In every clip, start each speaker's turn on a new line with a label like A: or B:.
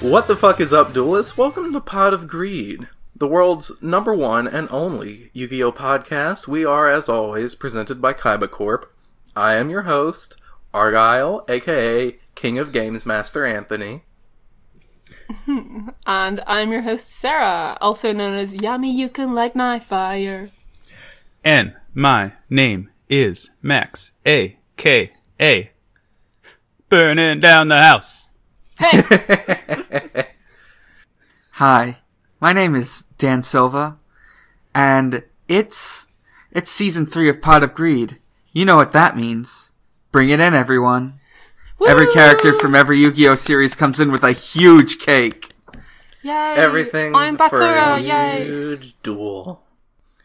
A: What the fuck is up, duelists? Welcome to Pot of Greed, the world's number one and only Yu Gi Oh podcast. We are, as always, presented by Kaiba Corp. I am your host, Argyle, aka King of Games Master Anthony.
B: And I'm your host, Sarah, also known as Yami, you can light my fire.
C: And my name is Max A K A. Burning down the house.
D: Hi, my name is Dan Silva, and it's it's season three of Pot of Greed. You know what that means. Bring it in, everyone. Every
B: Woo!
D: character from every Yu-Gi-Oh series comes in with a huge cake.
B: Yay!
A: Everything
B: I'm Bakura,
A: for a
B: yay!
A: huge duel.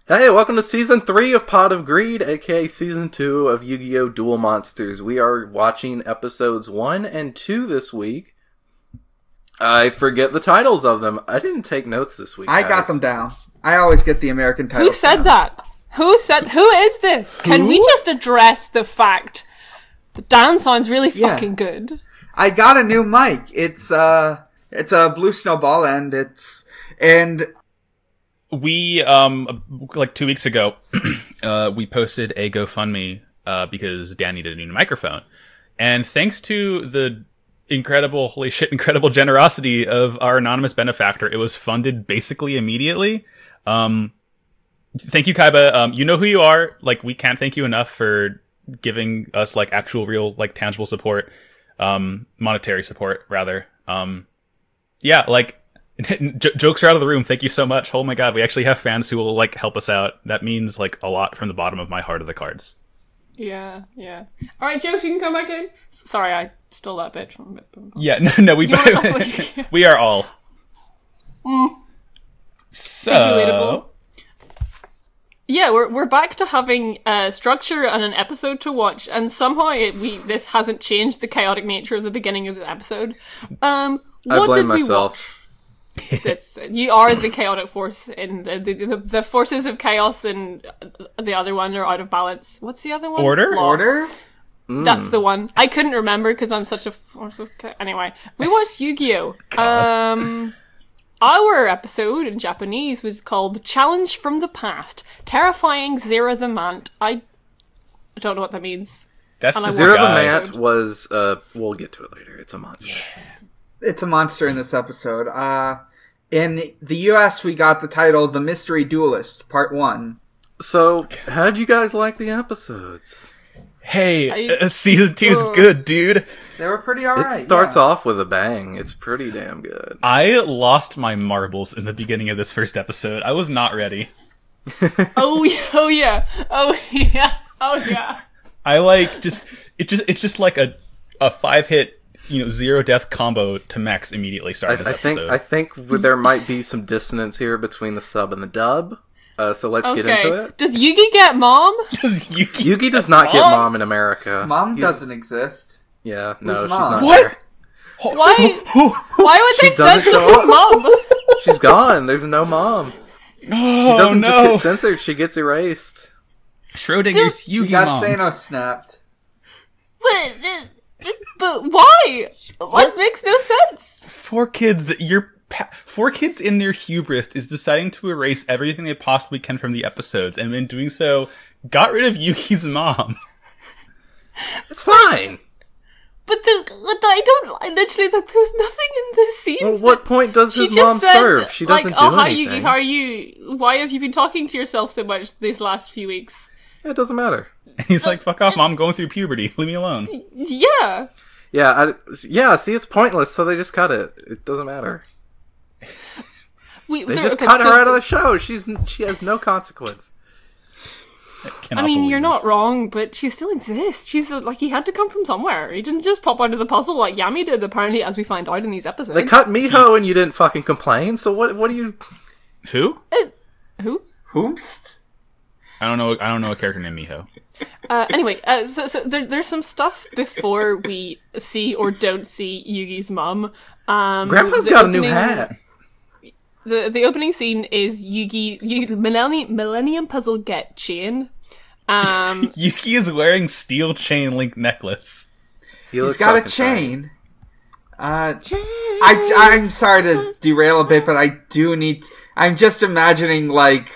A: Hey, welcome to season three of Pot of Greed, aka season two of Yu Gi Oh! Duel Monsters. We are watching episodes one and two this week. I forget the titles of them. I didn't take notes this week.
D: I got
A: guys.
D: them down. I always get the American title.
B: Who said that? Who said, who is this? Can we just address the fact that Dan sounds really
D: Yeah.
B: fucking good?
D: I got a new mic. It's uh, it's a blue snowball, and it's and
C: We um like two weeks ago, uh, we posted a GoFundMe uh, because Dan needed a new microphone, and thanks to the incredible holy shit incredible generosity of our anonymous benefactor, it was funded basically immediately. Um, thank you, Kaiba. Um, you know who you are. Like we can't thank you enough for giving us like actual, real, like tangible support, um, monetary support rather. Um, yeah, like j- jokes are out of the room. Thank you so much. Oh my god, we actually have fans who will like help us out. That means like a lot from the bottom of my heart of the cards.
B: Yeah, yeah. Alright, Jokes, you can come back in. S- Sorry, I stole that bitch from
C: Yeah, no, no we
B: You are all-
C: we are all.
A: Uh,
B: Relatable.
C: So
B: Yeah, we're we're back to having a structure and an episode to watch, and somehow it, we this hasn't changed the chaotic nature of the beginning of the episode. Um, what
A: I blame
B: did we
A: myself.
B: Watch? It's, you are the chaotic force, and the, the, the, the forces of chaos and the other one are out of balance. What's the other one?
C: Order?
B: Law.
D: order.
A: Hmm.
B: That's the one. I couldn't remember because I'm such a force of cha- anyway. We watched Yu-Gi-Oh. Um, our episode in Japanese was called "Challenge from the Past: Terrifying Zero the Mant." I I don't know what that means.
C: that's
B: And
C: the
B: I
A: Zero
B: Poor
A: the
B: guy.
A: Mant was. Uh, we'll get to it later. It's a monster.
D: it's a monster in this episode. Uh, in the U.S., we got the title "The Mystery Duelist" Part One.
A: So, how'd you guys like the episodes?
C: Hey,
B: I-
C: uh, season two's
B: Ugh.
C: good, dude.
D: They were pretty all
A: It
D: right.
A: starts
D: yeah.
A: off with a bang. It's pretty damn good.
C: I lost my marbles in the beginning of this first episode. I was not ready.
B: Oh yeah, oh yeah, oh yeah, oh yeah.
C: I like just it just it's just like a a five hit you know zero death combo to max immediately
A: I,
C: started
A: I
C: this
A: think
C: episode.
A: I think w- there might be some dissonance here between the sub and the dub. Uh, so let's get into
B: Okay.
A: it.
B: Does Yugi get mom?
C: Does Yuki-
A: Yugi does not get
C: Mom?
A: mom in America.
D: Mom
A: He's-
D: doesn't exist.
A: Yeah, no,
D: Who's
A: she's
D: Mom?
A: not
C: What?
A: there.
B: Why? Why would they
A: doesn't
B: censor
A: show
B: his
A: up.
B: mom?
A: She's gone. There's no mom.
C: Oh,
A: She doesn't
C: no.
A: just get censored. She gets erased.
C: Schrodinger's
D: She
C: Yugi
D: got
C: mom.
D: Thanos snapped.
B: but, but why? What makes no sense?
C: Four kids, your pa- four kids in their hubris is deciding to erase everything they possibly can from the episodes, and in doing so, got rid of Yuki's mom.
A: It's fine.
B: But the, but the- I don't I literally that there's nothing in the
A: Well,
B: scenes.
A: what point does
B: that- she
A: his
B: just
A: mom
B: said,
A: serve? She doesn't
B: like, "Oh
A: do
B: hi, Yugi,
A: anything.
B: how are you? Why have you been talking to yourself so much these last few weeks?"
A: it doesn't matter.
C: And he's like, "Fuck off, mom! I'm going through puberty. Leave me alone."
B: Yeah,
A: Yeah, I, yeah. See, it's pointless. So they just cut it. It doesn't matter.
B: we
A: They
B: there-
A: just
B: okay,
A: cut
B: so-
A: her out of the show. She's n- she has no consequence.
C: Cannot
B: I mean, you're
C: believe.
B: not wrong, but she still exists. She's uh, like he had to come from somewhere. He didn't just pop out of the puzzle like Yami did. Apparently, as we find out in these episodes.
A: They cut Miho and you didn't fucking complain. So what? What do you?
C: who.
B: Who?
D: Whomst?
C: I don't know. I don't know a character named Miho.
B: Uh, anyway, uh, so, so there, there's some stuff before we see or don't see Yugi's mum. Um,
A: Grandpa's
B: the
A: got a new
B: opening-
A: hat.
B: the the opening scene is Yugi, Yugi Millennium, Millennium Puzzle Get Chain. Um,
C: Yuki is wearing steel chain link necklace.
A: He
D: He's got a chain. Uh, I, I'm sorry to derail a bit, but I do need. I'm just imagining like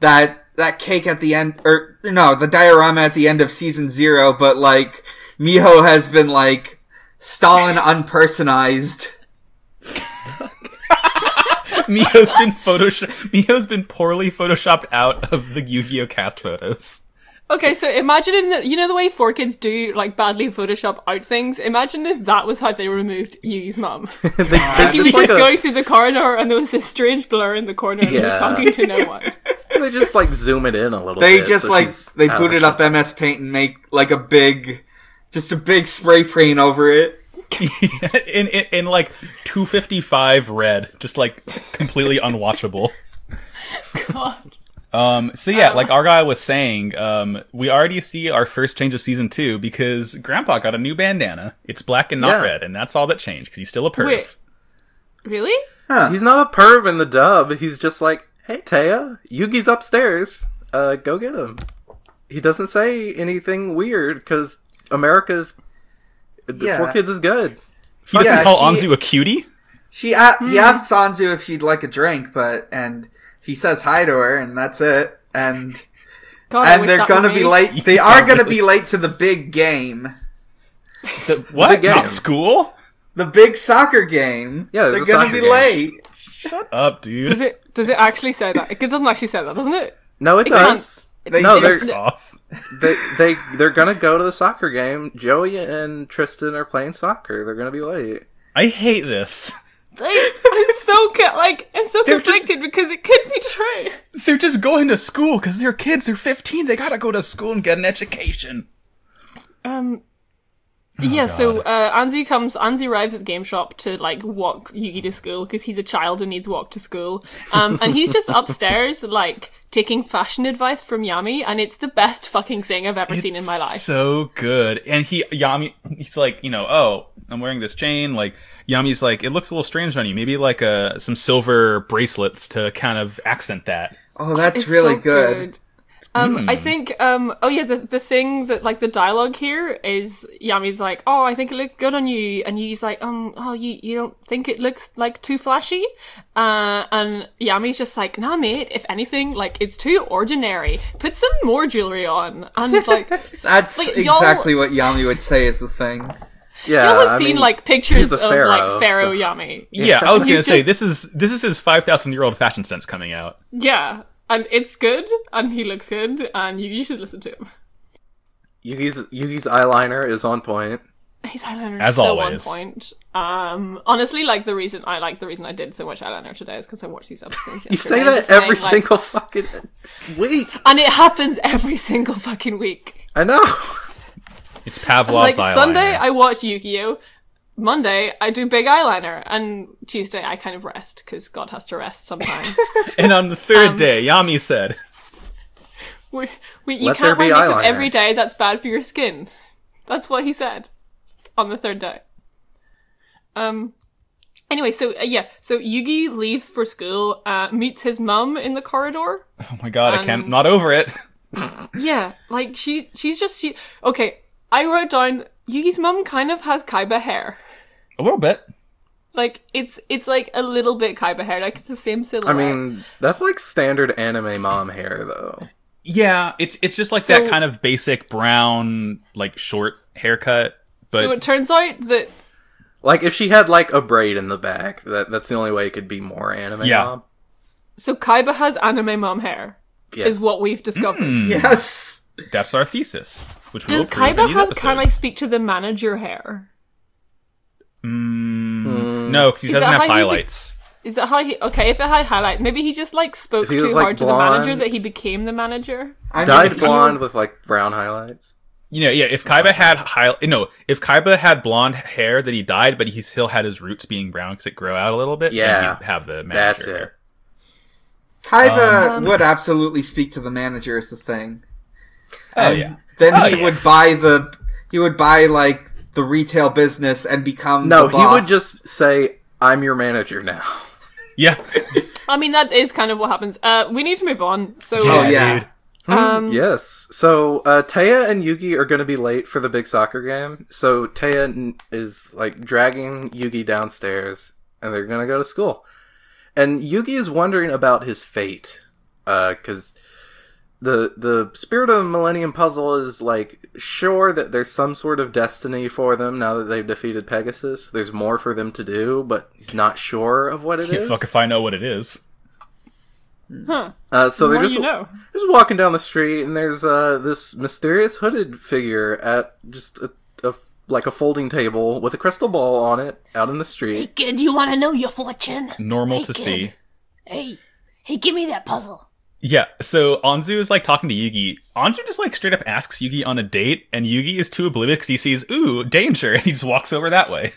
D: that that cake at the end, or no, the diorama at the end of season zero. But like Miho has been like Stalin unpersonized.
C: Mio's been photoshopped. Mio's been poorly photoshopped out of the Yu-Gi-Oh cast photos.
B: Okay, so imagine in the, you know the way four kids do like badly Photoshop out things. Imagine if that was how they removed Yugi's mum.
A: They- they
B: He was
A: just, like,
B: just
A: a-
B: going through the corridor, and there was this strange blur in the corner, and he
A: Yeah.
B: was talking to no one.
A: they just like zoom it in a little
D: They
A: bit.
D: just
A: so
D: like
A: she's
D: they
A: out of
D: booted
A: the
D: up MS Paint and make like a big, just a big spray paint over it.
C: in, in in like 255 red, just like completely unwatchable. Um, so yeah, like Argyle was saying, um, we already see our first change of season two because Grandpa got a new bandana. It's black and not
A: Yeah.
C: red, and that's all that changed because he's still a perv.
B: Wait. Really?
A: He's not a perv in the dub. He's just like, hey, Taya, Yugi's upstairs. Uh, go get him. He doesn't say anything weird because America's the
D: Yeah.
A: four kids is good.
C: He doesn't
D: Yeah,
C: call
D: she-
C: Anzu a cutie.
D: She a-
A: Hmm.
D: he asks Anzu if she'd like a drink, but and he says hi to her, and that's it. And
B: God, I
D: and
B: wish
D: they're
B: that were
D: gonna be
B: me.
D: late. They are gonna be late to the big game,
C: The, what?
A: game.
C: Not school?
D: the big soccer game.
A: Yeah,
D: they're
A: there's a
D: gonna
A: soccer
D: be
A: game.
D: late.
C: Up, dude.
B: Does it? Does it actually say that? It doesn't actually say that, doesn't it?
A: No, it,
B: It
A: does.
D: They-
A: no,
D: they're-
A: they're
C: Off.
A: they they they're gonna go to the soccer game. Joey and Tristan are playing soccer. They're gonna be late.
C: I hate this.
B: Like, I'm so co- like I'm so
C: They're just-
B: conflicted because it could be true.
C: They're just going to school because they're kids. They're 15. They gotta go to school and get an education.
B: Um. yeah, so uh, Anzu comes. Anzu arrives at the game shop to like walk Yugi to school because he's a child and needs walk to school. Um, and he's just upstairs like taking fashion advice from Yami, and it's the best fucking thing I've ever seen in my life.
C: So good. And he Yami he's like, you know, oh, I'm wearing this chain. Like Yami's like, it looks a little strange on you. Maybe like uh some silver bracelets to kind of accent that.
D: Oh, that's
B: It's
D: really
B: so
D: good.
B: Um, I think. Um, oh yeah, the the thing that like the dialogue here is Yami's like, "Oh, I think it looked good on you," and Yugi's like, "Um, oh, you you don't think it looks like too flashy?" Uh, and Yami's just like, "Nah, mate. If anything, like it's too ordinary. Put some more jewelry on." And like,
D: That's
B: Like, y'all-
D: exactly what Yami would say is the thing.
A: Yeah,
B: y'all have
A: I
B: seen
A: mean,
B: like pictures
A: a
B: of
A: pharaoh,
B: like Pharaoh
A: so-
B: Yami.
C: Yeah, I was gonna
B: He's
C: say
B: just-
C: this is this is his five thousand year old fashion sense coming out.
B: Yeah, and it's good, and he looks good, and you, you should listen to him.
A: Yugi's Yugi's eyeliner is on point.
B: His eyeliner
C: As
B: is so
C: always.
B: on point. Um, honestly, like the reason I like the reason I did so much eyeliner today is because I watched these episodes.
A: You say
B: yesterday. I'm
A: that
B: just
A: every
B: saying, like-
A: single fucking week.
B: and it happens every single fucking week.
A: I know.
C: It's Pavlov's
B: like
C: eyeliner.
B: Sunday, I watch Yu-Gi-Oh. Monday, I do big eyeliner, and Tuesday, I kind of rest because God has to rest sometimes.
C: and on the
B: Um,
C: third day, Yami said,
B: we, we, you
A: Let there
B: can't
A: be
B: wear makeup
A: eyeliner.
B: every day. That's bad for your skin. That's what he said on the third day. Um. Anyway, so uh, yeah, so Yugi leaves for school, uh, meets his mum in the corridor.
C: "Oh my god,
B: um,
C: I can't. Not over it."
B: Yeah, like she's she's just she. Okay, I wrote down Yugi's mum kind of has Kaiba hair.
C: A little bit.
B: Like it's it's like a little bit Kaiba hair. Like it's the same
A: I
B: silhouette.
A: mean, that's like standard anime mom hair, though.
C: Yeah, it's it's just like
B: So-
C: that kind of basic brown, like short haircut. But
B: so it turns out that
A: Like if she had like a braid in the back, that that's the only way it could be more anime.
C: Yeah.
A: mom.
B: so Kaiba has anime mom hair.
A: Yeah.
B: Is what we've discovered.
A: Hmm.
D: Yes.
C: That's our thesis. Which
B: Does
C: we'll prove in
B: Kaiba
C: these
B: have "Can I
C: episodes.
B: speak to the manager" hair?
C: Mm, no, because he
B: Is that
C: doesn't have
B: how he be-
C: highlights.
B: Is that how he? Okay, if it had highlight, maybe he just like spoke
A: If he
B: too
A: was, like,
B: hard to the
A: blonde-
B: manager that he became the manager.
D: I mean,
A: dyed
D: if you-
A: blonde with like brown highlights.
C: You know, yeah. If Kaiba had high, no, if Kaiba had blonde hair that he dyed, but he still had his roots being brown because it grow out a little bit. then
A: Yeah.
C: he'd have the manager.
A: That's it.
C: hair.
D: Kaiba
B: Um,
D: would absolutely speak to the manager is the thing.
C: Oh
D: And
C: yeah.
D: Then
C: Oh,
D: he
C: yeah.
D: would buy the he would buy like the retail business and become
A: No,
D: the
A: he would
D: boss.
A: just say, "I'm your manager now."
C: Yeah.
B: I mean, that is kind of what happens. Uh, we need to move on. So
D: Oh, yeah.
C: dude.
B: Um,
A: Mm, Yes. So uh, Taya and Yugi are going to be late for the big soccer game. So Taya n- is like dragging Yugi downstairs, and they're going to go to school. And Yugi is wondering about his fate, because the the spirit of the Millennium Puzzle is like sure that there's some sort of destiny for them now that they've defeated Pegasus. There's more for them to do, but he's not sure of what it is.
C: Fuck if I know what it is.
B: Huh.
A: Uh, so
B: The
A: they're
B: more
A: just
B: you know.
A: just walking down the street and there's uh this mysterious hooded figure at just a, a like a folding table with a crystal ball on it out in the street
B: Kid, you want to know your fortune?
C: Normal
B: Hey,
C: to
B: kid.
C: see.
B: Hey, hey, give me that puzzle.
C: Yeah, so Anzu is like talking to Yugi. Anzu just like straight up asks Yugi on a date, and Yugi is too oblivious because he sees, ooh, danger, and he just walks over that way.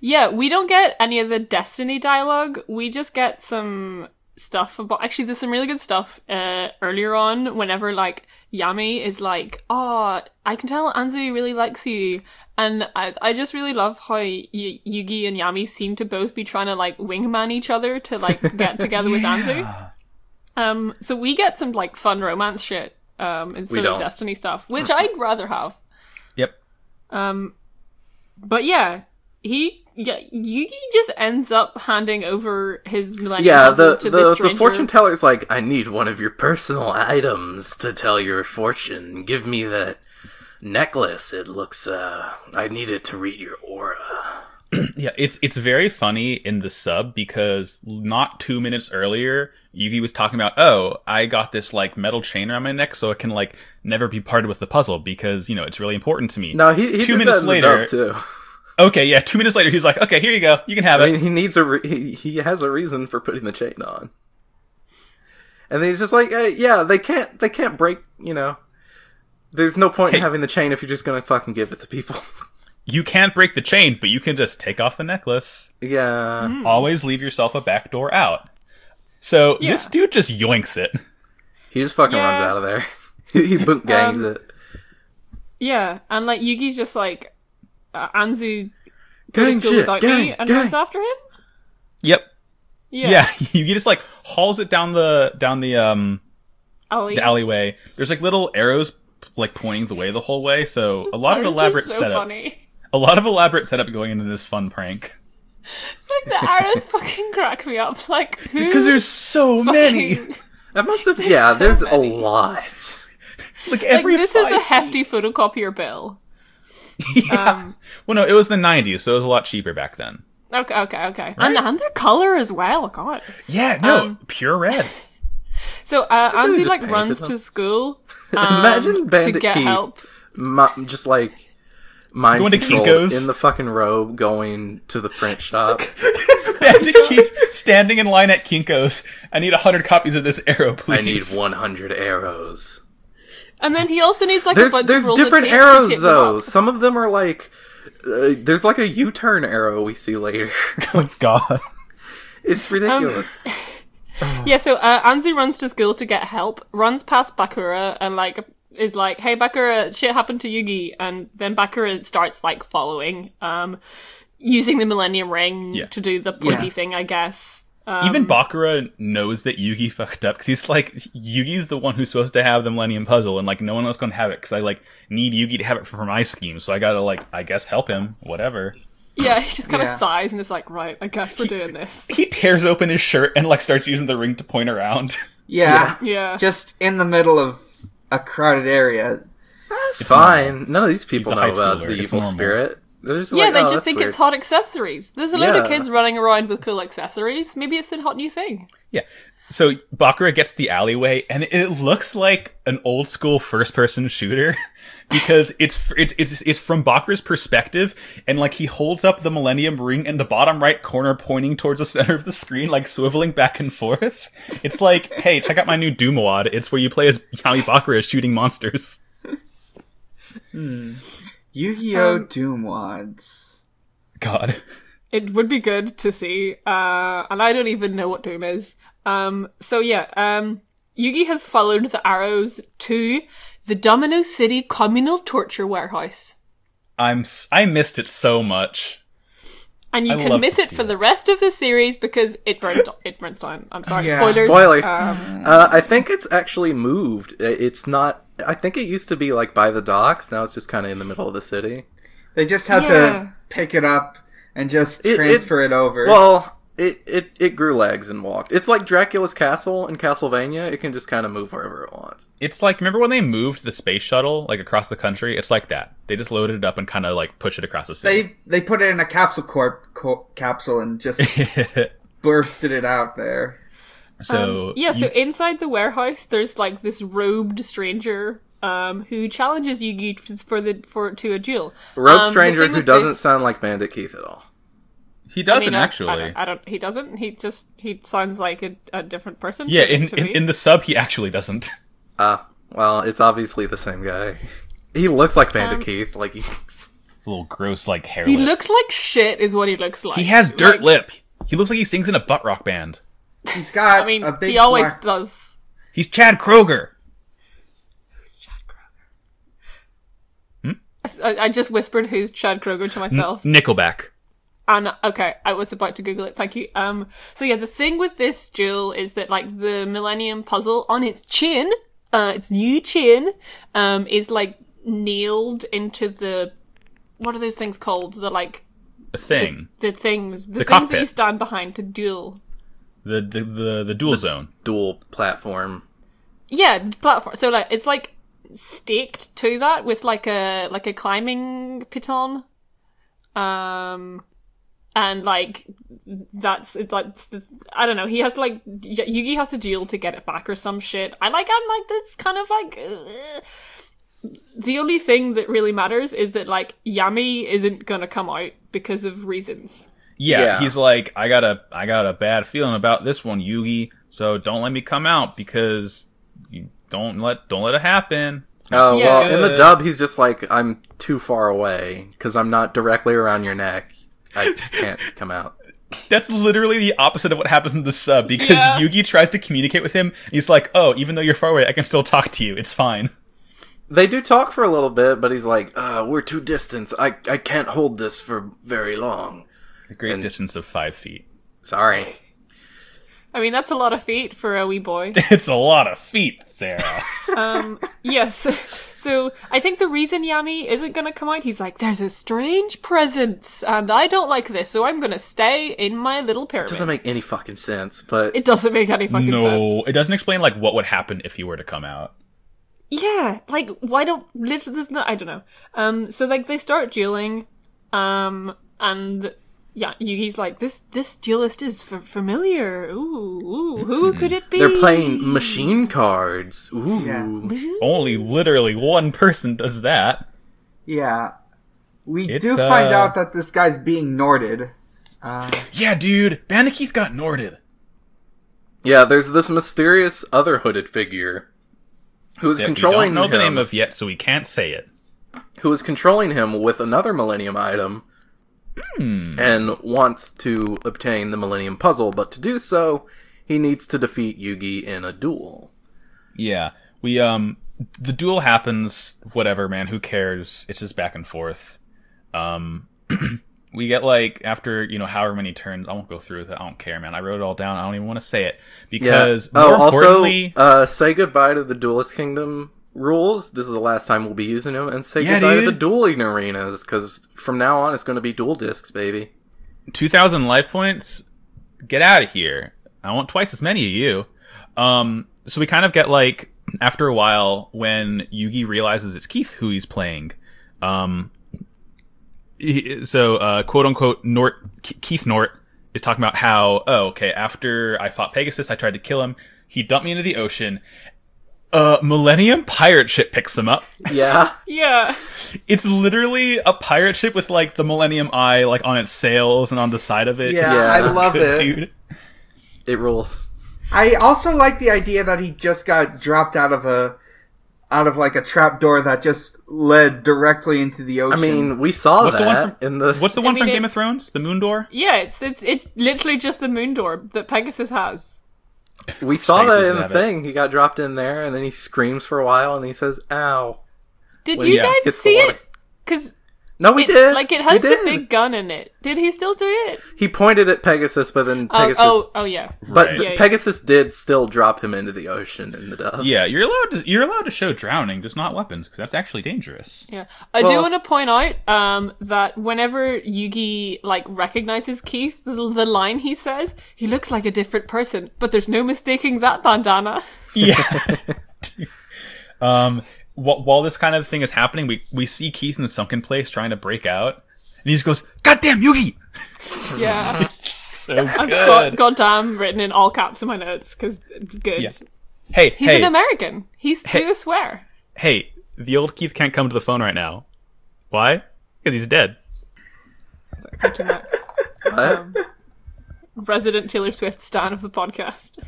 B: Yeah, we don't get any of the Destiny dialogue. We just get some stuff about. Actually, there's some really good stuff uh, earlier on. Whenever like Yami is like, "Oh, I can tell Anzu really likes you," and I, I just really love how y- Yugi and Yami seem to both be trying to like wingman each other to like get together with Anzu. Um, so we get some like fun romance shit um, instead
A: don't.
B: of Destiny stuff, which I'd rather have.
C: Yep.
B: Um, but yeah, he yeah Yugi just ends up handing over his millennium
A: yeah
B: puzzle
A: the
B: to
A: the,
B: this
A: the
B: stranger.
A: fortune teller's like i need one of your personal items to tell your fortune give me that necklace it looks uh i need it to read your aura
C: Yeah, it's it's very funny in the sub because not two minutes earlier, Yugi was talking about, oh, I got this like metal chain around my neck so it can like never be parted with the puzzle because you know it's really important to me.
A: no he, he did
C: Two minutes
A: that in the
C: later-
A: dub, too
C: Okay, yeah. Two minutes later, he's like, okay, here you go, you can have
A: I
C: it.
A: mean, he needs a re- he, he has a reason for putting the chain on, and he's just like, eh, yeah, they can't they can't break. You know, there's no point in having the chain if you're just gonna fucking give it to people.
C: You can't break the chain, but you can just take off the necklace.
A: yeah,
B: Mm-hmm.
C: Always leave yourself a back door out. So
B: Yeah.
C: this dude just yoinks it.
A: he just fucking runs
B: Yeah. Um,
A: out of there. he he boot gangs it.
B: yeah, and like Yugi's just like uh, Anzu goes
A: Gang
B: to school
A: shit,
B: without me
A: gang,
B: and
A: gang.
B: runs after him.
C: Yep.
B: Yeah,
C: Yeah. you just like hauls it down the down the um
B: Ollie.
C: the alleyway. There's like little arrows like pointing the way the whole way. So a lot of
B: This is
C: elaborate
B: so
C: setup.
B: funny.
C: A lot of elaborate setup going into this fun prank.
B: Like the arrows fucking crack me up. Like who?
C: Because there's so many.
B: fucking-
A: That must have yeah.
B: so
A: there's
B: many.
A: a lot.
C: Like
B: like
C: every
B: this is a
C: five-
B: hefty photocopier bill.
C: Yeah. well, no, it was the 90s, so it was a lot cheaper back then.
B: Okay, okay, okay, and and their color as well. God.
C: Yeah, no,
B: Um,
C: pure red.
B: So uh,
A: they
B: Anzu
A: just
B: like
A: painted
B: runs
A: them.
B: to school.
A: Imagine
B: um, to
A: Bandit
B: get
A: Keith,
B: help.
A: mi- just like mind
C: Going to
A: controlled
C: Kinko's.
A: in the fucking robe, going to the print shop.
C: Bandit Keith standing in line at Kinko's. I need 100 copies of this arrow, please.
A: I need 100 arrows.
B: And then he also needs like
A: there's
B: a bunch
A: there's
B: of rolls
A: different
B: of tape to
A: arrows
B: tape them
A: though.
B: up.
A: Some of them are like uh, there's like a U-turn arrow we see later.
C: Oh my god.
A: it's
B: Um,
A: ridiculous.
B: Yeah, so uh, Anzu runs to school to get help, runs past Bakura, and like is like, "Hey, Bakura, shit happened to Yugi," and then Bakura starts like following, um, using the Millennium Ring
C: Yeah.
B: to do the pointy
D: Yeah.
B: thing, I guess.
C: Even Bakura knows that Yugi fucked up because he's like, Yugi's the one who's supposed to have the Millennium Puzzle, and like no one else gonna have it because I like need Yugi to have it for my scheme, so I gotta like, I guess help him, whatever.
B: Yeah, he just kind of
D: Yeah.
B: sighs and is like, "Right, I guess we're doing this."
C: He tears open his shirt and like starts using the ring to point around.
D: Yeah.
B: Yeah,
D: Just in the middle of a crowded area.
A: That's fine. None of these people
C: He's a
A: know
C: high
A: about
C: schooler.
A: the
C: It's
A: evil
C: normal.
A: spirit. They're just
B: yeah,
A: like,
B: they
A: "Oh,
B: just
A: that's
B: think it's
A: weird."
B: hot accessories. There's a load of
A: Yeah.
B: kids running around with cool accessories. Maybe it's a hot new thing.
C: yeah. So Bakura gets the alleyway, and it looks like an old school first person shooter because it's it's it's it's from Bakura's perspective, and like he holds up the Millennium Ring in the bottom right corner, pointing towards the center of the screen, like swiveling back and forth. It's like, hey, check out my new Doom mod. It's where you play as Yami Bakura shooting monsters.
D: Yu-Gi-Oh!
B: Um,
D: Doom Wads.
C: God.
B: It would be good to see. Uh, and I don't even know what Doom is. Um, so yeah, um, Yugi has followed the arrows to the Domino City Communal Torture Warehouse.
C: I'm s- I missed it so much.
B: and you
C: I
B: can
C: love
B: miss
C: to
B: it
C: see
B: for
C: it.
B: the rest of the series because it burns do- it burns down. I'm sorry,
D: Yeah.
B: spoilers.
A: Spoilers.
B: Um,
A: Uh, I think it's actually moved. I- It's not. I think it used to be like by the docks. Now it's just kind of in the middle of the city.
D: They just had
B: Yeah.
D: to pick it up and just
A: It- it-
D: transfer it, over.
A: Well, it, it it grew legs and walked. It's like Dracula's castle in Castlevania. It can just kind of move wherever it wants.
C: It's like remember when they moved the space shuttle like across the country? It's like that. They just loaded it up and kind of like push it across the city.
D: they they put it in a capsule corp co- capsule and just bursted it out there.
C: so
B: Um, yeah, so
C: you-
B: inside the warehouse, there's like this robed stranger um, who challenges Yugi f- for the for to a duel.
A: Rope
B: Um, the
A: Stranger,
B: thing
A: who
B: with
A: doesn't
B: this-
A: sound like Bandit Keith at all.
C: he
B: I
C: doesn't
B: mean, I-
C: actually.
B: I don't, I don't- He doesn't. He just. He sounds like a, a different person.
C: yeah,
B: to,
C: in,
B: to
C: in
B: me.
C: in the sub he actually doesn't.
A: Ah, well, it's obviously the same guy. He looks like Bandit Keith. Like, he-
C: It's a little gross like hair.
B: he
C: lip.
B: looks like shit, is what he looks like.
C: He has dirt
B: Like,
C: lip. He looks like he sings in a butt rock band.
D: He's got
B: I mean,
D: a big
B: he always
D: black-
B: does.
C: He's Chad Kroger.
B: Who's Chad Kroger? I, I just whispered who's Chad Kroger to myself.
C: Nickelback.
B: And okay, I was about to Google it. Thank you. Um, so yeah, the thing with this jewel is that like the Millennium Puzzle on its chin, uh, its new chin, um, is like nailed into the what are those things called? The like
C: A thing.
B: the things, the, things that
C: cockpit.
B: you stand behind to duel.
C: The the the, the dual zone.
A: dual platform.
B: Yeah, the platform. So like it's like staked to that with like a like a climbing piton. Um and like that's that's the, I don't know. He has to like Y- Yugi has to duel to get it back or some shit. I like I'm like this kind of like uh, the only thing that really matters is that like Yami isn't gonna come out because of reasons.
C: Yeah,
A: Yeah.
C: he's like, I got a I got a bad feeling about this one, Yugi. So don't let me come out because you don't let don't let it happen.
A: Oh
B: Yeah.
A: well, in the
C: Good.
A: dub, he's just like, I'm too far away because I'm not directly around your neck. I can't come out.
C: That's literally the opposite of what happens in the sub because
B: Yeah.
C: Yugi tries to communicate with him. And he's like, "Oh, even though you're far away, I can still talk to you. It's fine."
A: They do talk for a little bit, but he's like, uh, "We're too distant. I I can't hold this for very long."
C: A great
A: And-
C: distance of five feet.
A: Sorry.
B: I mean that's a lot of feet for a wee boy.
C: It's a lot of feet, Sarah.
B: um, yes. So I think the reason Yami isn't going to come out, he's like, there's a strange presence, and I don't like this, so I'm going to stay in my little pyramid.
A: Doesn't make any fucking sense, but
B: it doesn't make any fucking
C: no,
B: sense.
C: it doesn't explain like what would happen if he were to come out.
B: Yeah, like why don't literally? There's no, I don't know. Um, so like they start dueling, um, and yeah, Yugi's like, this this duelist is f- familiar. Ooh, ooh, who could it be?
A: they're playing machine cards. Ooh.
D: Yeah.
C: Only literally one person does that.
D: Yeah, we
C: It's,
D: do find
C: uh,
D: out that this guy's being Norded. Uh,
C: Yeah, dude, Bandicoot got Norded.
A: Yeah, there's this mysterious other hooded figure who is
C: That
A: controlling
C: we don't know
A: him,
C: the name of yet, so we can't say it.
A: who is controlling him with another Millennium item,
C: Hmm.
A: and wants to obtain the Millennium Puzzle. But to do so, he needs to defeat Yugi in a duel.
C: Yeah, we um, the duel happens. Whatever, man. Who cares? It's just back and forth. Um, we get like after you know however many turns. I won't go through with it. I don't care, man. I wrote it all down. I don't even want to say it
A: Yeah.
C: because
A: Oh,
C: more
A: also,
C: importantly,
A: uh, say goodbye to the Duelist Kingdom rules. This is the last time we'll be using them, and say
C: Yeah,
A: goodbye to
C: dude.
A: the dueling arenas because from now on it's going to be dual discs, baby.
C: two thousand life points. Get out of here. I want twice as many of you. Um, so we kind of get like after a while when Yugi realizes it's Keith who he's playing. Um, he- so uh, quote unquote Nort Ke- Keith Nort is talking about how oh okay after I fought Pegasus I tried to kill him he dumped me into the ocean. A Millennium pirate ship picks him up.
A: Yeah.
B: Yeah.
C: It's literally a pirate ship with like the Millennium Eye like on its sails and on the side of it.
D: yeah,
C: It's
A: Yeah.
D: I love
C: good,
D: it.
C: dude.
A: it rules.
D: I also like the idea that he just got dropped out of a out of like a trap door that just led directly into the
A: I
D: ocean.
A: mean, we saw
C: What's the one
A: that in the
C: What's the one
B: mean,
C: from
B: it-
C: Game of Thrones? The Moon Door?
B: Yeah, it's it's it's literally just the moon door that Pegasus has.
A: we saw that
C: spaces
A: in the
C: have it.
A: thing. He got dropped in there, and then he screams for a while, and he says, "Ow."
B: Did
A: Well,
B: you
C: yeah,
B: guys
A: it's the
B: see
A: water.
B: it? Because
A: No, we
B: It,
A: did.
B: Like it
A: We
B: has the
A: did.
B: big gun in it. Did he still do it?
A: He pointed at Pegasus, but then
B: Oh,
A: Pegasus.
B: oh, oh, yeah.
A: But
C: Right.
A: th-
B: Yeah, yeah.
A: Pegasus did still drop him into the ocean in the dove.
C: Yeah, you're allowed to you're allowed to show drowning, just not weapons, because that's actually dangerous.
B: Yeah. I do
A: Well-
B: want to point out um, that whenever Yugi like recognizes Keith, the, the line he says, he looks like a different person, but there's no mistaking that bandana.
C: Yeah. um, while, while this kind of thing is happening, we we see Keith in the sunken place trying to break out, and he just goes, "God damn, Yugi!"
B: Yeah.
C: So
B: I've got
C: good.
B: goddamn written in all caps in my notes because good.
C: Yeah. Hey,
B: He's
C: hey,
B: an American. He's do a swear.
C: hey! The old Keith can't come to the phone right now. Why? Because he's dead.
B: Thank you, Max.
A: What?
B: Um, Resident Taylor Swift stan of the podcast.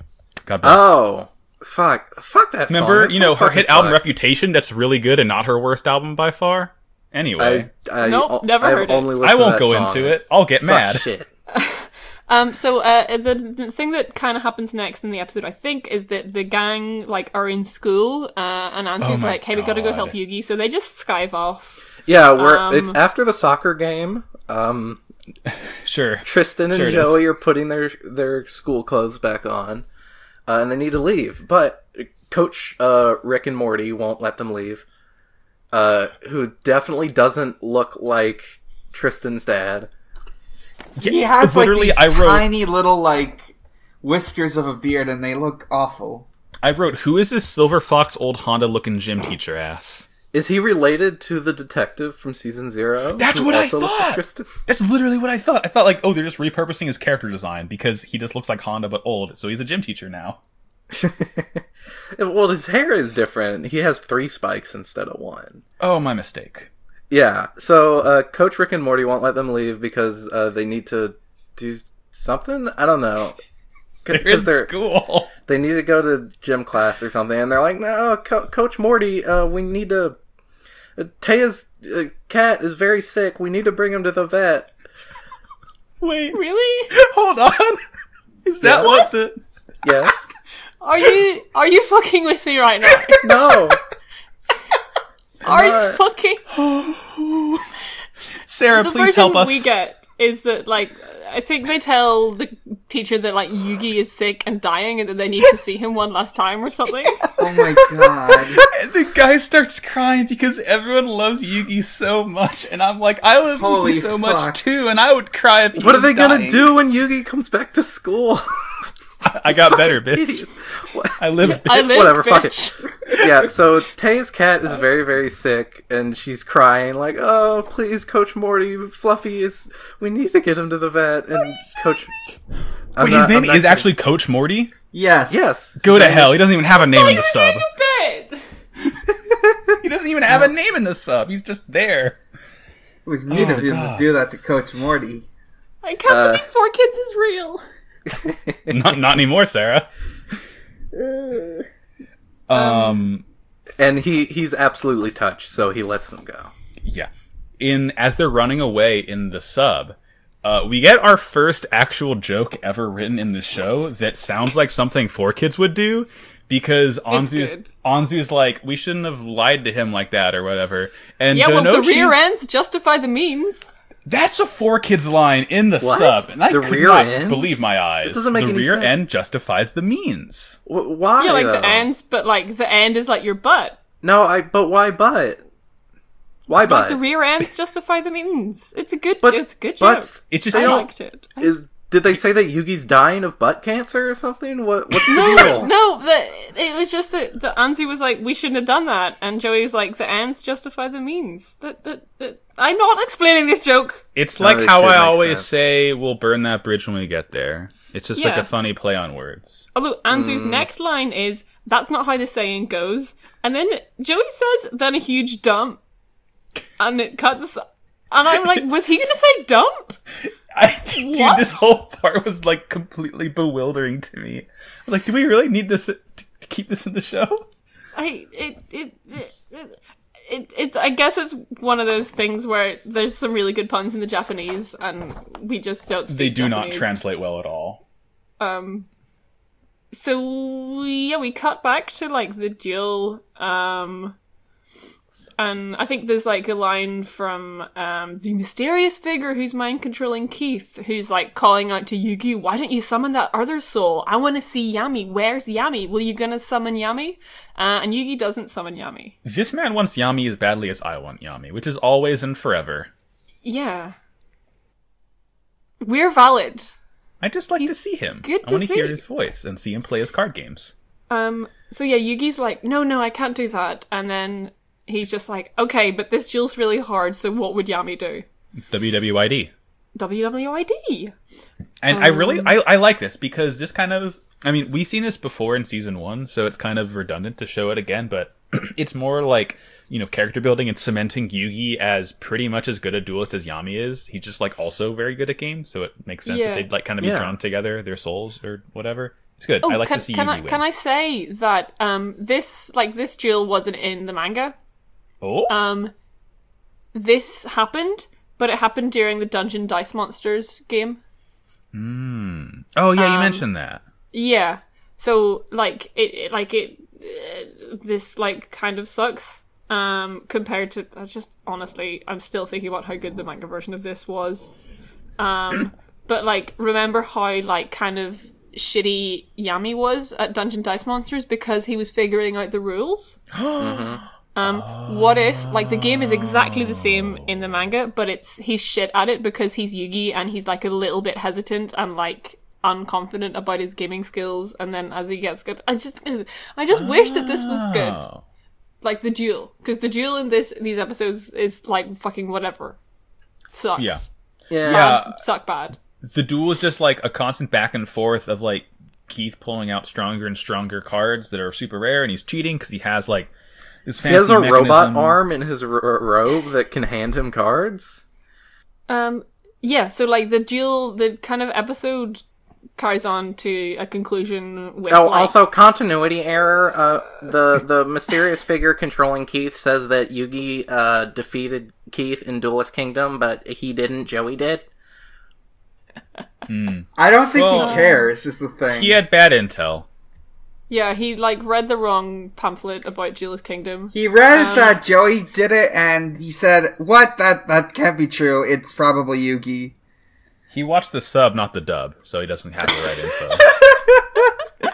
C: God bless.
A: Oh, fuck, fuck that. song.
C: Remember,
A: That
C: you
A: song
C: know, her
A: fucking
C: hit album
A: sucks.
C: Reputation that's really good and not her worst album by far. Anyway,
A: I, I
B: Nope,
A: o-
B: never
A: I've
B: heard it.
A: only
C: I,
A: listened to
C: won't
A: that
C: go
A: song.
C: into it. I'll get
A: Sucks
C: mad.
A: Shit.
B: Um, so uh, the the thing that kind of happens next in the episode, I think, is that the gang like are in school, uh, and Ansu's
C: Oh my
B: like, "Hey, we gotta go
C: God.
B: help Yugi," so they just skive off.
A: Yeah, we're it's
B: Um,
A: after the soccer game. Um,
C: Sure.
A: Tristan and
C: Sure it
A: Joey
C: is.
A: are putting their their school clothes back on, uh, and they need to leave. But Coach uh, Rick and Morty won't let them leave. Uh, who definitely doesn't look like Tristan's dad.
D: He has like
C: literally,
D: these
C: I wrote-
D: tiny little like whiskers of a beard, and they look awful.
C: I wrote, "Who is this silver fox, old Honda looking gym teacher ass?"
A: Is he related to the detective from season zero?
C: That's
A: who
C: what I
A: also looked
C: thought!
A: Like Tristan?
C: That's literally what I thought. I thought like, oh, they're just repurposing his character design because he just looks like Honda but old, so he's a gym teacher now.
A: well, his hair is different. He has three spikes instead of one.
C: Oh, my mistake.
A: Yeah. So uh, Coach Rick and Morty won't let them leave because uh, they need to do something. I don't know.
C: They're in
A: Because they're
C: school.
A: they need to go to gym class or something, and they're like, "No, Co- Coach Morty, uh, we need to. Uh, Taya's uh, cat is very sick. We need to bring him to the vet."
C: Wait,
B: Really?
C: hold on. Is that
A: Yeah.
C: what the?
A: Yes.
B: Are you are you fucking with me right now?
A: no.
B: Are you
A: not.
B: fucking?
C: Sarah,
B: The
C: Uh, please
B: version
C: help us.
B: we get is that like I think they tell the teacher that like Yugi is sick and dying, and that they need to see him one last time or something.
D: Oh my god!
C: And the guy starts crying because everyone loves Yugi so much, and I'm like, I love
D: Holy
C: Yugi so
D: fuck.
C: much too, and I would cry if. He
A: What are
C: was
A: they gonna
C: dying.
A: do when Yugi comes back to school?
C: I got better, bitch.
A: Idiots. What-
C: I lived, bitch.
B: I live,
A: Whatever,
B: bitch.
A: fuck yeah, so Taya's cat is very, very sick, and she's crying like, "Oh, please, Coach Morty, Fluffy is. We need to get him to the vet." And Coach, I'm
C: Wait,
A: not-
C: his name
A: I'm
C: is
A: not kidding.
C: actually Coach Morty.
D: Yes,
A: yes.
C: Go to hell. He doesn't even have a name in the
B: You're
C: sub.
B: doing a bit.
C: He doesn't even have a name in the sub. He's just there.
D: It was mean
C: Oh
D: of him to
C: God.
D: do that to Coach Morty.
B: I can't
A: Uh,
B: believe four kids is real.
C: Not not anymore, Sarah. Uh, Um
A: And he he's absolutely touched, so he lets them go.
C: yeah. In as they're running away in the sub, uh, we get our first actual joke ever written in the show that sounds like something four kids would do because
B: good.
C: Anzu's Anzu's like we shouldn't have lied to him like that or whatever. And
B: Yeah, well, the
C: Donoshi-
B: rear ends justify the means.
C: That's a four kids line in the sub, and I
A: The
C: could
A: rear
C: not
A: ends?
C: believe my eyes.
A: doesn't make
C: the
A: any
C: rear
A: sense.
C: end justifies the means.
A: Wh- why?
B: Yeah, like the
A: though?
B: ends, but like the end is like your butt.
A: No, I. But why? But why? But
B: The rear ends justify the means. It's a good.
A: But-
B: it's a good joke.
A: butts.
C: It just
A: I
B: I
A: don't-
B: liked it. I-
A: is did they say that Yugi's dying of butt cancer or something? What what's the deal?
B: No, the, it was just that the Anzi was like, "We shouldn't have done that," and Joey was like, "The ends justify the means." That, that, that I'm not explaining this joke.
C: It's like
A: this
C: how
A: shit
C: I
A: makes
C: always
A: sense.
C: say, "We'll burn that bridge when we get there." It's just like
B: Yeah.
C: a funny play on words.
B: Although Anzu's
A: Mm.
B: next line is, "That's not how the saying goes," and then Joey says, "Then a huge dump," and it cuts. And I'm like, "Was he going to say dump?"
C: I, dude,
B: What?
C: this whole part was like completely bewildering to me. I was like, "Do we really need this to to keep this in the show?"
B: I it it it, it, it it's I guess it's one of those things where there's some really good puns in the Japanese and we just don't. Speak
C: They do not
B: Japanese.
C: translate well at all.
B: Um, so yeah, we cut back to like the duel. Um, and I think there's like a line from um, the mysterious figure who's mind controlling Keith, who's like calling out to Yugi, "Why don't you summon that other soul? I want to see Yami. Where's Yami? Will you gonna summon Yami?" Uh, and Yugi doesn't summon Yami.
C: This man wants Yami as badly as I want Yami, which is always and forever.
B: Yeah, we're valid.
C: I just like to see him.
B: good
C: I
B: to
C: want to hear
B: see.
C: his voice and see him play his card games.
B: Um, so yeah, Yugi's like, no, no, I can't do that. And then he's just like, okay, but this duel's really hard, so what would Yami do?
C: WWID.
B: WWID.
C: And I really
B: Um,
C: I, I like this because this kind of I mean, we've seen this before in season one, so it's kind of redundant to show it again, but it's more like, you know, character building and cementing Yugi as pretty much as good a duelist as Yami is. He's just like also very good at games, so it makes sense
B: Yeah.
C: that they'd like kind of be
A: Yeah.
C: drawn together, their souls or whatever. It's good.
B: Oh,
C: I like
B: can,
C: to see
B: can
C: Yugi
B: I
C: win.
B: can I say that um this like this duel wasn't in the manga.
C: oh,
B: Um, this happened, but it happened during the Dungeon Dice Monsters game.
C: oh yeah,
B: um,
C: you mentioned that.
B: Yeah. So like it, it like it uh, this like kind of sucks um compared to I just honestly I'm still thinking about how good the manga version of this was. Um but like remember how like kind of shitty Yami was at Dungeon Dice Monsters because he was figuring out the rules? Um, what if like the game is exactly the same in the manga, but it's he's shit at it because he's Yugi and he's like a little bit hesitant and like unconfident about his gaming skills, and then as he gets good, I just I just wish that this was good,
C: Oh.
B: like the duel, because the duel in this these episodes is like fucking whatever, suck,
C: Yeah.
A: Yeah.
B: bad,
C: Yeah.
B: suck bad.
C: the duel is just like a constant back and forth of like Keith pulling out stronger and stronger cards that are super rare, and he's cheating because he has like this
A: He
C: fancy
A: has a
C: mechanism.
A: robot arm in his ro- robe that can hand him cards.
B: Um, yeah, so like the duel, the kind of episode carries on to a conclusion with
A: Oh,
B: like,
A: also continuity error. Uh, the the mysterious figure controlling Keith says that Yugi uh, defeated Keith in Duelist Kingdom, but he didn't. Joey did.
D: I don't think
C: Well-
D: he cares. Is the thing.
C: He had bad intel.
B: Yeah, he like read the wrong pamphlet about Jewel's Kingdom.
D: He read that Joey did it, and he said, "What? That that can't be true. It's probably Yugi."
C: He watched the sub, not the dub, so he doesn't have the right info.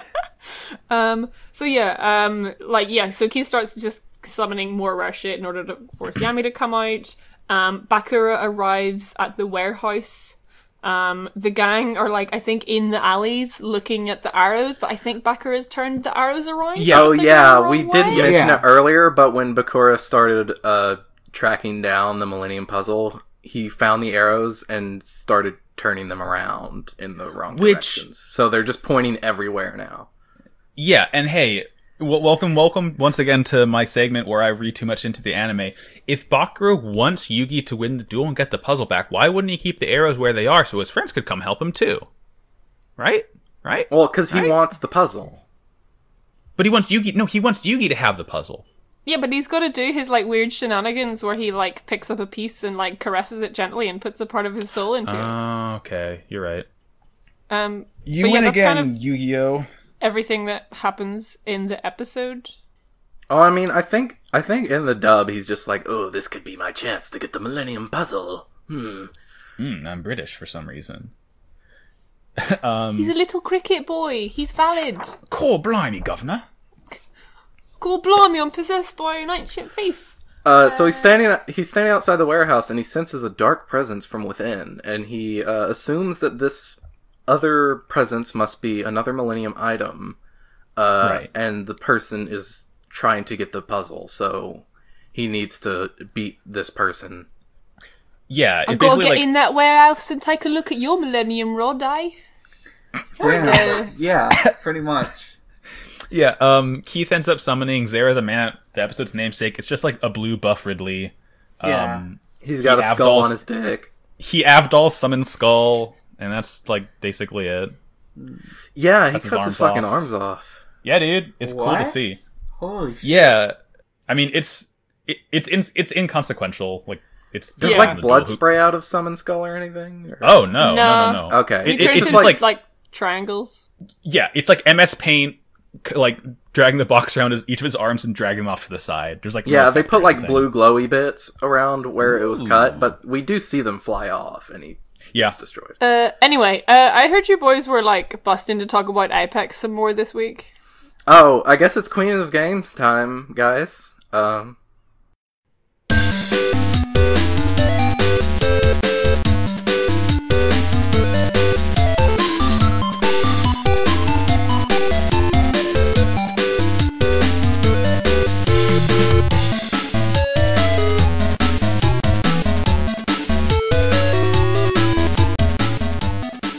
B: Um, so yeah, um, like yeah, so Keith starts just summoning more rare shit in order to force Yami to come out. Um, Bakura arrives at the warehouse. Um, the gang are like I think in the alleys looking at the arrows, but I think Bakura's turned the arrows around.
C: Yeah.
B: so
A: oh
B: they're going the
A: yeah,
B: wrong
A: we
B: way.
A: didn't mention
D: Yeah.
A: it earlier, but when Bakura started uh, tracking down the Millennium Puzzle, he found the arrows and started turning them around in the wrong
C: Which-
A: directions. So they're just pointing everywhere now.
C: yeah, and hey, w- welcome, welcome once again to my segment where I read too much into the anime. If Bakura wants Yugi to win the duel and get the puzzle back, why wouldn't he keep the arrows where they are so his friends could come help him too? Right, right.
A: Well, because he
C: Right.
A: wants the puzzle.
C: But he wants Yugi. No, he wants Yugi to have the puzzle.
B: Yeah, but he's got to do his like weird shenanigans where he like picks up a piece and like caresses it gently and puts a part of his soul into
C: Oh, okay. You're right.
B: it. Um,
E: Uh, You
B: But yeah,
E: win
B: that's
E: again,
B: kind
E: Yu-Gi-Oh.
B: everything that happens in the episode.
A: Oh, I mean, I think I think in the dub he's just like, "Oh, this could be my chance to get the Millennium Puzzle." Hmm.
C: Mm, I'm British for some reason.
B: He's a little cricket boy. He's valid.
C: Call blimey, governor.
B: Go blimey, I'm possessed by an ancient thief.
A: Uh, so he's standing he's standing outside the warehouse and he senses a dark presence from within and he uh, assumes that this other presence must be another millennium item uh,
C: Right.
A: and the person is trying to get the puzzle so he needs to beat this person
C: Yeah,
B: I've
C: it
B: got to
C: basically
B: get
C: like
B: in that warehouse and take a look at your Millennium Rod, eh?
D: Yeah, yeah, pretty much.
C: yeah. Um, Keith ends up summoning Zara the man, the episode's namesake. It's just like a blue buff Ridley.
D: Yeah.
C: Um,
A: he's got
C: He
A: a skull
C: Avdol's-
A: on his dick
C: he Avdol summons Skull, and that's like basically it.
A: yeah he
C: Cuts his
A: cuts his
C: arms
A: fucking
C: off.
A: arms off
C: Yeah, dude, it's cool to
D: What?
C: see.
D: Holy shit.
C: Yeah, I mean it's it, it's in, it's inconsequential. Like it's
A: there's
B: Yeah.
A: like blood
C: Who-
A: spray out of summon skull or anything or-
C: Oh no, no,
B: No.
C: no, no.
A: okay
B: He
C: It-
B: turns
C: it's
B: into
C: like-
B: like triangles.
C: Yeah, it's like MS Paint, c- like dragging the box around his, each of his arms and dragging him off to the side. There's like no
A: Yeah, they
C: effect
A: put
C: or
A: like
C: anything.
A: blue glowy bits around where it was
C: Ooh.
A: cut, but we do see them fly off and he
C: Yeah,
A: gets destroyed.
B: Uh, anyway, uh, I heard you boys were like busting to talk about Apex some more this week.
A: Oh, I guess it's Queen of Games time, guys. Um,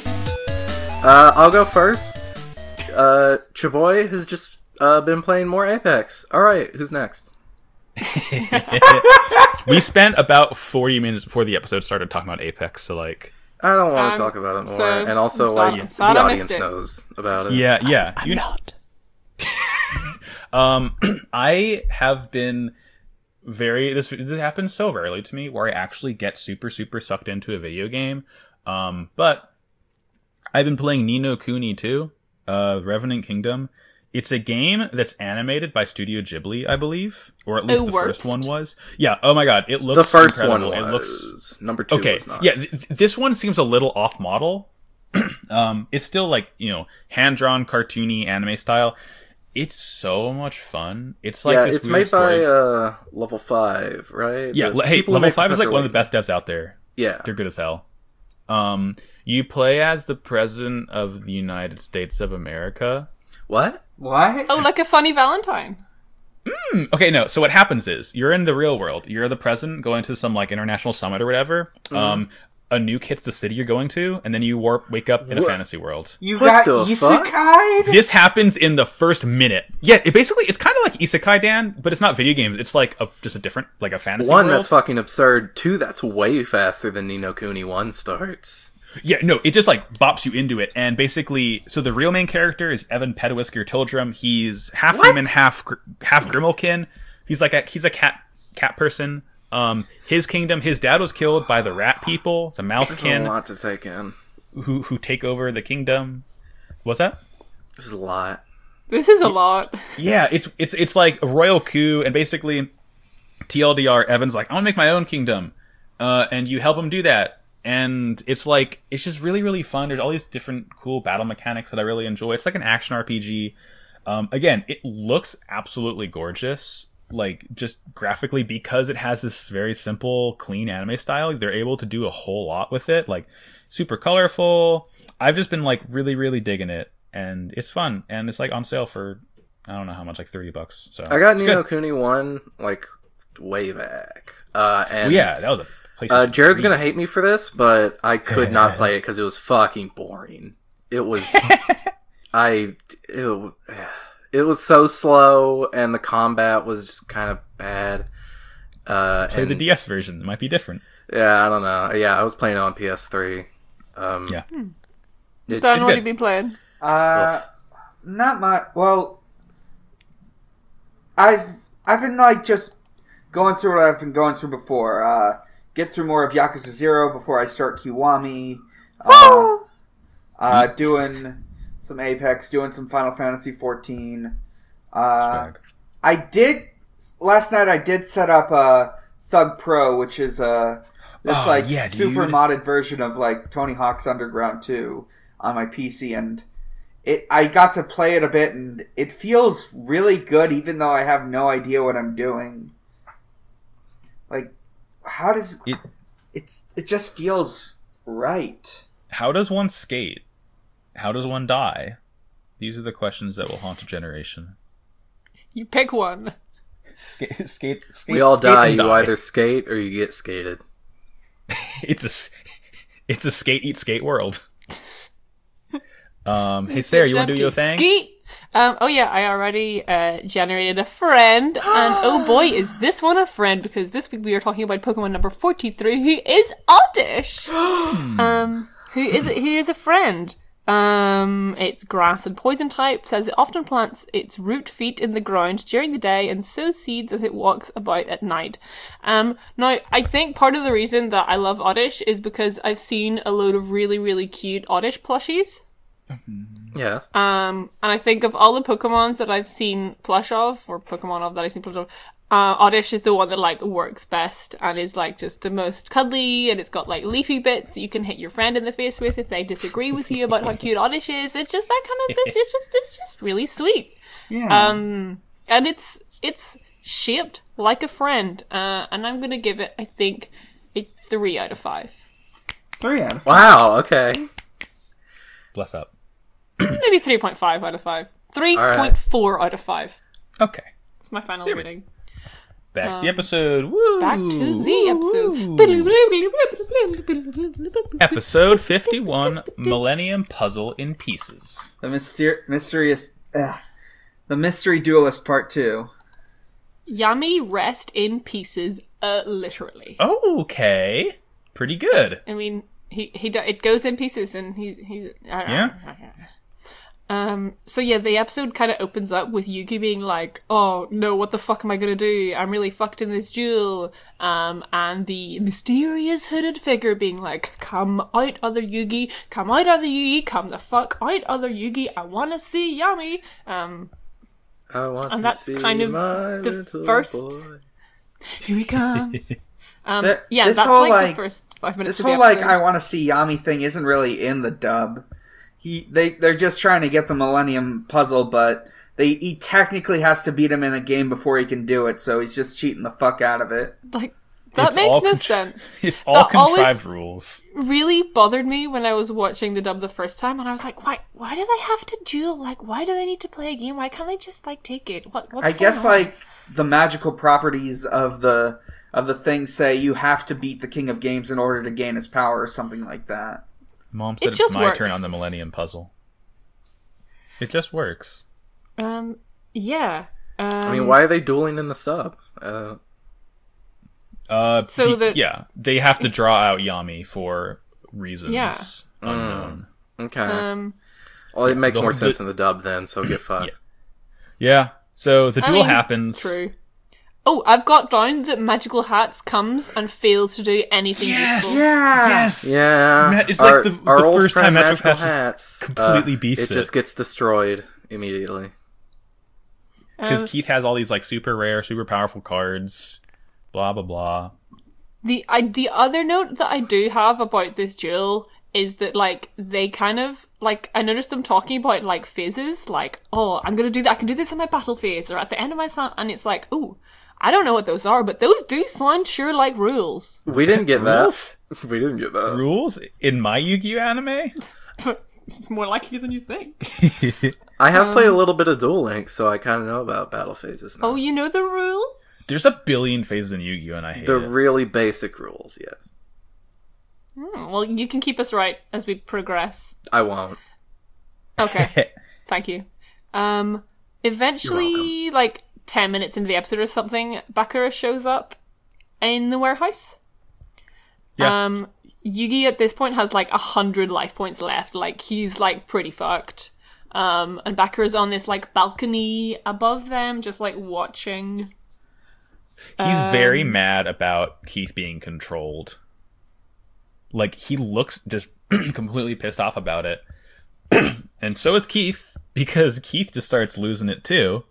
A: uh, I'll go first. Uh, Chaboy has just uh, been playing more Apex. All right, who's next?
C: we spent about 40 minutes before the episode started talking about Apex. So like,
A: I don't want
B: Um,
A: to talk about it more,
B: so,
A: and also
B: I'm sad-
A: like
B: I'm sad
A: the
B: I missed
A: audience
B: it.
A: knows about it.
C: yeah, yeah, you
B: not.
C: Um, I have been very this this happens so rarely to me where I actually get super super sucked into a video game. Um, but I've been playing Nino Kuni 2, uh, Revenant Kingdom. It's a game that's animated by Studio Ghibli, I believe, or at least
B: Oh,
C: the
B: worst.
C: first one was. Yeah. Oh my god, it looks
A: the first
C: incredible.
A: one was
C: It looks
A: number two.
C: okay.
A: was not.
C: Yeah, th- th- this one seems a little off model. um, it's still like you know hand drawn, cartoony anime style. It's so much fun. It's like
A: yeah,
C: this
A: it's
C: weird
A: made by
C: story-
A: uh, Level Five, right?
C: yeah,
A: The
C: le- hey,
A: people who
C: level
A: make
C: five is like
A: Professor
C: one of the
A: Layton.
C: best devs out there.
A: Yeah,
C: They're good as hell. Um, you play as the president of the United States of America.
A: what?
D: What?
B: Oh, like a funny Valentine.
C: Okay, no. So what happens is you're in the real world. You're the president going to some like international summit or whatever.
A: Mm-hmm.
C: Um, a nuke hits the city you're going to, and then you warp, wake up in a
A: What?
C: fantasy world.
D: You
A: What
D: got
A: the fuck?
D: isekai?
C: this happens in the first minute. Yeah, it basically it's kind of like Isekai Dan, but it's not video games. It's like a just a different like a fantasy
A: One
C: world.
A: that's fucking absurd. Two that's way faster than Nino Cooney one starts.
C: yeah, no, it just like bops you into it, and basically, so the real main character is Evan Pedwisker Tildrum. He's half human, half gr- half Grimalkin. He's like a he's a cat cat person. Um, his kingdom, his dad was killed by the rat people, the mouse
A: There's a
C: kin
A: lot to take in.
C: who who take over the kingdom. What's that?
A: This is a lot.
B: This is a lot.
C: Yeah, it's it's it's like a royal coup, and basically, TLDR, Evan's like, I want to make my own kingdom, uh, and you help him do that, and it's like it's just really really fun. There's all these different cool battle mechanics that I really enjoy. It's like an action RPG. Um, again, it looks absolutely gorgeous, like just graphically because it has this very simple, clean anime style. They're able to do a whole lot with it, like super colorful. I've just been like really really digging it, and it's fun, and it's like on sale for. I don't know how much, like thirty bucks. So
A: I got
C: it's
A: Nino
C: good.
A: Cooney one like way back. Uh, and
C: yeah, that was a place.
A: Uh, Jared's gonna hate me for this, but I could not play it because it was fucking boring. It was, I, it, it was so slow, and the combat was just kind of bad. Uh,
C: play the
A: and-
C: DS version. It might be different.
A: yeah, I don't know. Yeah, I was playing it on PS3. Um,
C: Yeah.
B: Hmm.
A: it-
B: Don,
C: it's
B: what
C: good.
B: have you been playing?
D: Uh, not my. Well, I've I've been like just going through what I've been going through before. Uh, get through more of Yakuza Zero before I start Kiwami. Uh, uh, doing some Apex, doing some Final Fantasy fourteen. Uh,
C: Swag.
D: I did last night. I did set up a Thug Pro, which is a this
C: Oh,
D: like
C: yeah,
D: super
C: dude.
D: modded version of like Tony Hawk's Underground Two on my PC, and it I got to play it a bit, and it feels really good, even though I have no idea what I'm doing. Like, how does
C: It-
D: It's it just feels right.
C: How does one skate? How does one die? These are the questions that will haunt a generation.
B: You pick one.
C: Skate, skate, skate.
A: we all
C: skate
A: die.
C: and
A: You either skate or you get skated.
C: It's a, s- it's a skate eat skate world. Um, hey Sarah, you want to do your thing?
B: Skeet. Um, oh yeah, I already uh, generated a friend, and oh boy, is this one a friend? Because this week we are talking about Pokemon number forty-three, who is Oddish.
C: Hmm.
B: um, who is who is a friend? Um, it's grass and poison types, as it often plants its root feet in the ground during the day and sows seeds as it walks about at night. Um, now I think part of the reason that I love Oddish is because I've seen a load of really really cute Oddish plushies
A: Yes.
B: Um, and I think of all the Pokemons that I've seen plush of, or Pokemon of that I've seen plush of, uh, Oddish is the one that like works best and is like just the most cuddly, and it's got like leafy bits that you can hit your friend in the face with if they disagree with you about how cute Oddish is. It's just that kind of this. It's just it's just really sweet,
D: Yeah.
B: um, and it's it's shaped like a friend. Uh, and I'm gonna give it, I think, a three out of five,
D: Three out of five.
A: Wow. Okay.
C: Bless up.
B: maybe three point five out of five, three
A: right.
B: point four out of five.
C: Okay.
B: It's my final rating.
C: Back to the episode. Woo!
B: back to the episode.
C: Episode 51 Millennium Puzzle in Pieces.
D: The myster- mysterious. Ugh. The mystery duelist part two.
B: Yummy rest in pieces, uh, literally.
C: Okay. Pretty good.
B: I mean, he he do- it goes in pieces, and he he.
C: Yeah.
B: Um. So yeah, the episode kind of opens up with Yuki being like, "Oh no, what the fuck am I gonna do? I'm really fucked in this duel." Um. And the mysterious hooded figure being like, "Come out, other Yugi! Come out, other Yugi! Come the fuck out, other Yugi! I wanna see Yummy!" Um.
A: I want to
B: that's
A: see
B: kind of
A: my
B: the
A: little
B: first-
A: boy.
B: Here he comes. Um,
D: That-
B: yeah,
D: this
B: that's
D: whole,
B: like,
D: like-
B: the first five minutes.
D: This
B: of the
D: whole like
B: episode.
D: I want to see Yami thing isn't really in the dub. He they they're just trying to get the Millennium puzzle, but they he technically has to beat him in a game before he can do it, so he's just cheating the fuck out of it.
B: like that
C: It's
B: makes
C: all
B: no
C: contri-
B: sense.
C: It's all
B: That always-
C: contrived rules.
B: Really bothered me when I was watching the dub the first time, and I was like, why? Why do they have to duel? Like, why do they need to play a game? Why can't they just like take it? What? What's
D: I guess
B: going on?
D: like the magical properties of the of the thing say you have to beat the King of Games in order to gain his power or something like that.
C: Mom said
B: It
C: it's
B: just
C: my
B: works.
C: turn on the Millennium Puzzle. It just works.
B: um, yeah. Um,
A: I mean, why are they dueling in the sub? Uh,
C: Uh,
B: So
C: be-
B: the-
C: yeah, they have to draw out Yami for reasons
B: Yeah.
C: unknown.
A: okay.
B: Um,
A: well, it makes
C: the-
A: more
C: the-
A: sense in the dub then. So get fucked.
C: Yeah. So the
B: I
C: duel
B: mean,
C: happens.
B: true. Oh, I've got down that Magical Hats comes and fails to do anything useful.
D: Yeah.
C: Yes.
A: Yeah,
C: Ma- it's like the- the
A: old
C: first
A: friend
C: time Metro Pass just
A: Hats uh,
C: completely beefs
A: It
C: it.
A: just gets destroyed immediately.
C: Because
B: Um,
C: Keith has all these like super rare, super powerful cards. Blah blah blah.
B: The I, the other note that I do have about this duel is that like they kind of like I noticed them talking about like phases, like oh I'm gonna do that, I can do this in my battle phase or at the end of my sound, and it's like ooh I don't know what those are, but those do sound sure like rules.
A: We didn't get that.
C: Rules?
A: We didn't get that.
C: Rules in my Yu-Gi-Oh anime.
B: it's more likely than you think.
A: I have played a little bit of Duel Links, so I kind of know about battle phases now.
B: Um, Oh, you know the rule?
C: There's a billion phases in Yu-Gi-Oh, and I hate
A: the
C: it.
A: really basic rules, yes.
B: Hmm, well, you can keep us right as we progress.
A: I won't.
B: Okay. Thank you. Um, eventually, like ten minutes into the episode or something, Bakura shows up in the warehouse.
C: Yeah.
B: Um, Yugi at this point has like a hundred life points left. Like he's like pretty fucked. Um, and Bakura's on this like balcony above them, just like watching.
C: He's very mad about Keith being controlled. Like he looks just completely pissed off about it. and so is Keith because Keith just starts losing it too.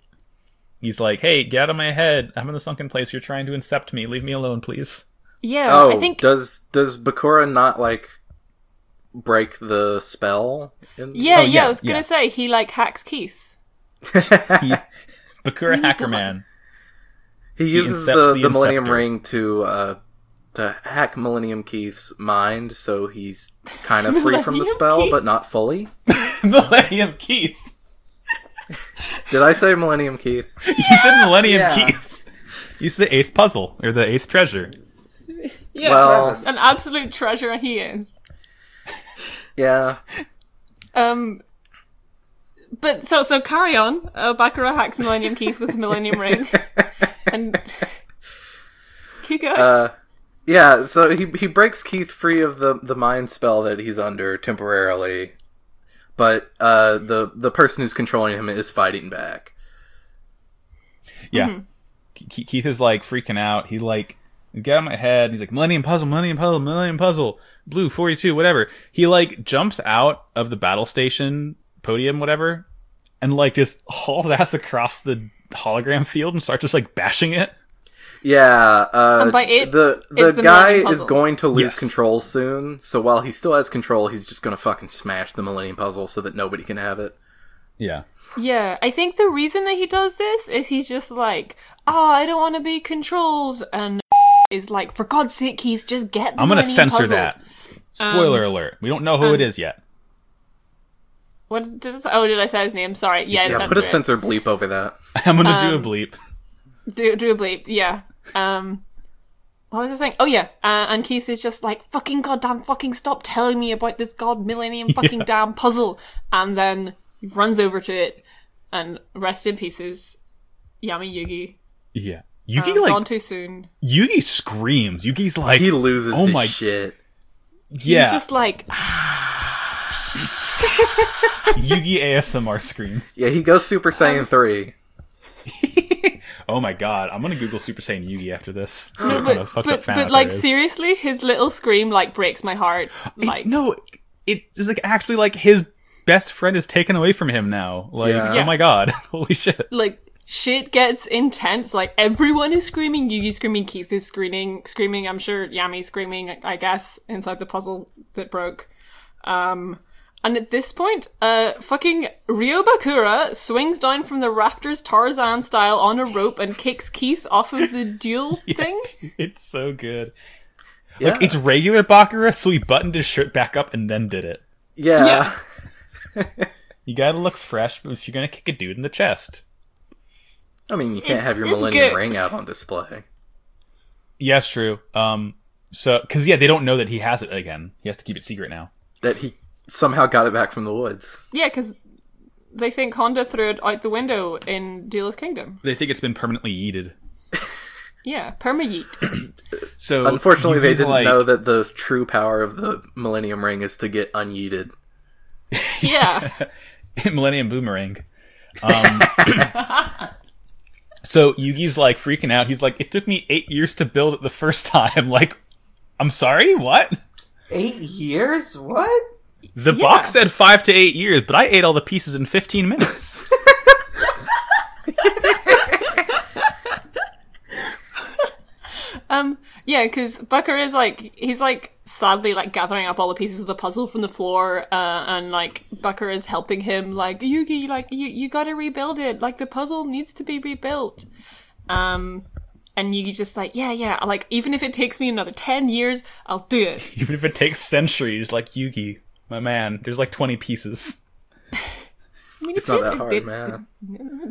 C: He's like, "Hey, get out of my head. I'm in the sunken place. You're trying to incept me. Leave me alone, please."
B: Yeah,
A: Oh,
B: I think
A: does does Bakura not like break the spell? In...
B: yeah, yeah,
C: oh, yeah,
B: I was gonna
C: yeah.
B: say he like hacks Keith.
C: He, Bakura
B: Really
C: Hackerman.
B: does.
A: he uses
C: incepts
A: the,
C: the
A: the, Millennium
C: Inceptor.
A: Ring to uh, to hack Millennium Keith's mind, so he's kind of free from the
B: Millennium
A: spell,
B: Keith?
A: but not fully.
C: Millennium Keith.
A: Did I say Millennium Keith?
C: He said Millennium
D: Yeah.
C: Keith. He's the eighth puzzle or the eighth treasure.
B: Yeah,
A: Well-
B: an absolute treasure he is.
A: Yeah.
B: Um, but so so carry on. Uh, Baccarat hacks Millennium Keith with the Millennium Ring, and keep going.
A: Uh, yeah, so he he breaks Keith free of the the mind spell that he's under temporarily, but uh, the the person who's controlling him is fighting back.
B: Mm-hmm.
C: Yeah. Ke- Keith is like freaking out. He like and get out of my head. And he's like, Millennium Puzzle, Millennium Puzzle, Millennium Puzzle, Blue 42, whatever. He like jumps out of the battle station podium, whatever, and like just hauls ass across the hologram field and starts just like bashing it.
A: Yeah, uh,
B: And by it,
A: the the
B: it's the
A: guy
B: Millennium
A: is
B: Puzzle.
A: going to lose
C: Yes.
A: control soon. So while he still has control, he's just going to fucking smash the Millennium Puzzle so that nobody can have it.
C: Yeah.
B: Yeah, I think the reason that he does this is he's just like, oh, I don't want to be controlled, and is like, for God's sake, Keith, just get. The
C: I'm going to
B: bloody
C: censor
B: puzzle." Um,
C: that. Spoiler alert. We don't know who it is yet.
B: What did I, oh, did I say his name? Sorry, yeah,
A: Yeah,
B: censor
A: put a
B: it.
A: censor bleep over that.
C: I'm going to do
B: um,
C: a bleep.
B: do do a bleep. Yeah. Um, what was I saying? Oh yeah. Uh, and Keith is just like fucking goddamn fucking stop telling me about this god millennium fucking damn puzzle, and then he runs over to it and rest in pieces. Yami Yugi.
C: Yeah. Yugi
B: Um,
C: like
B: gone too soon.
C: Yugi screams. Yugi's like
A: He loses
C: Oh
A: his
C: my-
A: shit.
C: yeah.
B: He's just like
C: Yugi ASMR scream.
A: Yeah, he goes
B: Um,
A: Super Saiyan three.
C: Oh my god, I'm gonna Google Super Saiyan Yugi after this. See what
B: but,
C: kind of
B: but,
C: fucked up
B: but,
C: fan art
B: like
C: there is.
B: seriously, his little scream like breaks my heart.
C: It-
B: Like
C: no, it is like actually like his best friend is taken away from him now. Like
A: Yeah.
B: Yeah.
C: oh my god, holy shit.
B: like shit gets intense. Like everyone is screaming. Yugi's screaming. Keith is screaming. Screaming. I'm sure Yami's screaming. I guess inside the puzzle that broke. Um, and at this point, uh, fucking Ryo Bakura swings down from the rafters Tarzan style on a rope and kicks Keith off of the duel thing.
C: It's so good.
A: Yeah,
C: Like it's regular Bakura, so he buttoned his shirt back up and then did it.
A: yeah.
B: yeah.
C: You gotta look fresh if you're gonna kick a dude in the chest.
A: I mean, you can't have your
B: it's
A: Millennium
B: good.
A: Ring out on display.
C: Yeah, it's true. Um, so because yeah, they don't know that he has it again. He has to keep it secret now.
A: That he somehow got it back from the woods.
B: Yeah, because they think Honda threw it out the window in Duelist Kingdom.
C: They think it's been permanently yeeted.
B: Yeah, perma yeet.
C: So
A: Unfortunately, they
C: Yugi's
A: didn't
C: like-
A: know that the true power of the Millennium Ring is to get unyeeted.
B: Yeah.
C: Millennium Boomerang. Um, so Yugi's like freaking out. He's like, "It took me eight years to build it the first time." Like, I'm sorry, what?
D: Eight years? What?
C: The
B: Yeah.
C: box said five to eight years, but I ate all the pieces in 15 minutes.
B: Um, yeah, because Bucker is like he's like sadly like gathering up all the pieces of the puzzle from the floor, uh, and like Bucker is helping him like Yugi, like you you gotta rebuild it, like the puzzle needs to be rebuilt. Um, and Yugi's just like yeah yeah, like even if it takes me another ten years, I'll do it.
C: Even if it takes centuries, like Yugi, my man, there's like 20 pieces.
B: I mean,
A: It's not that hard, man.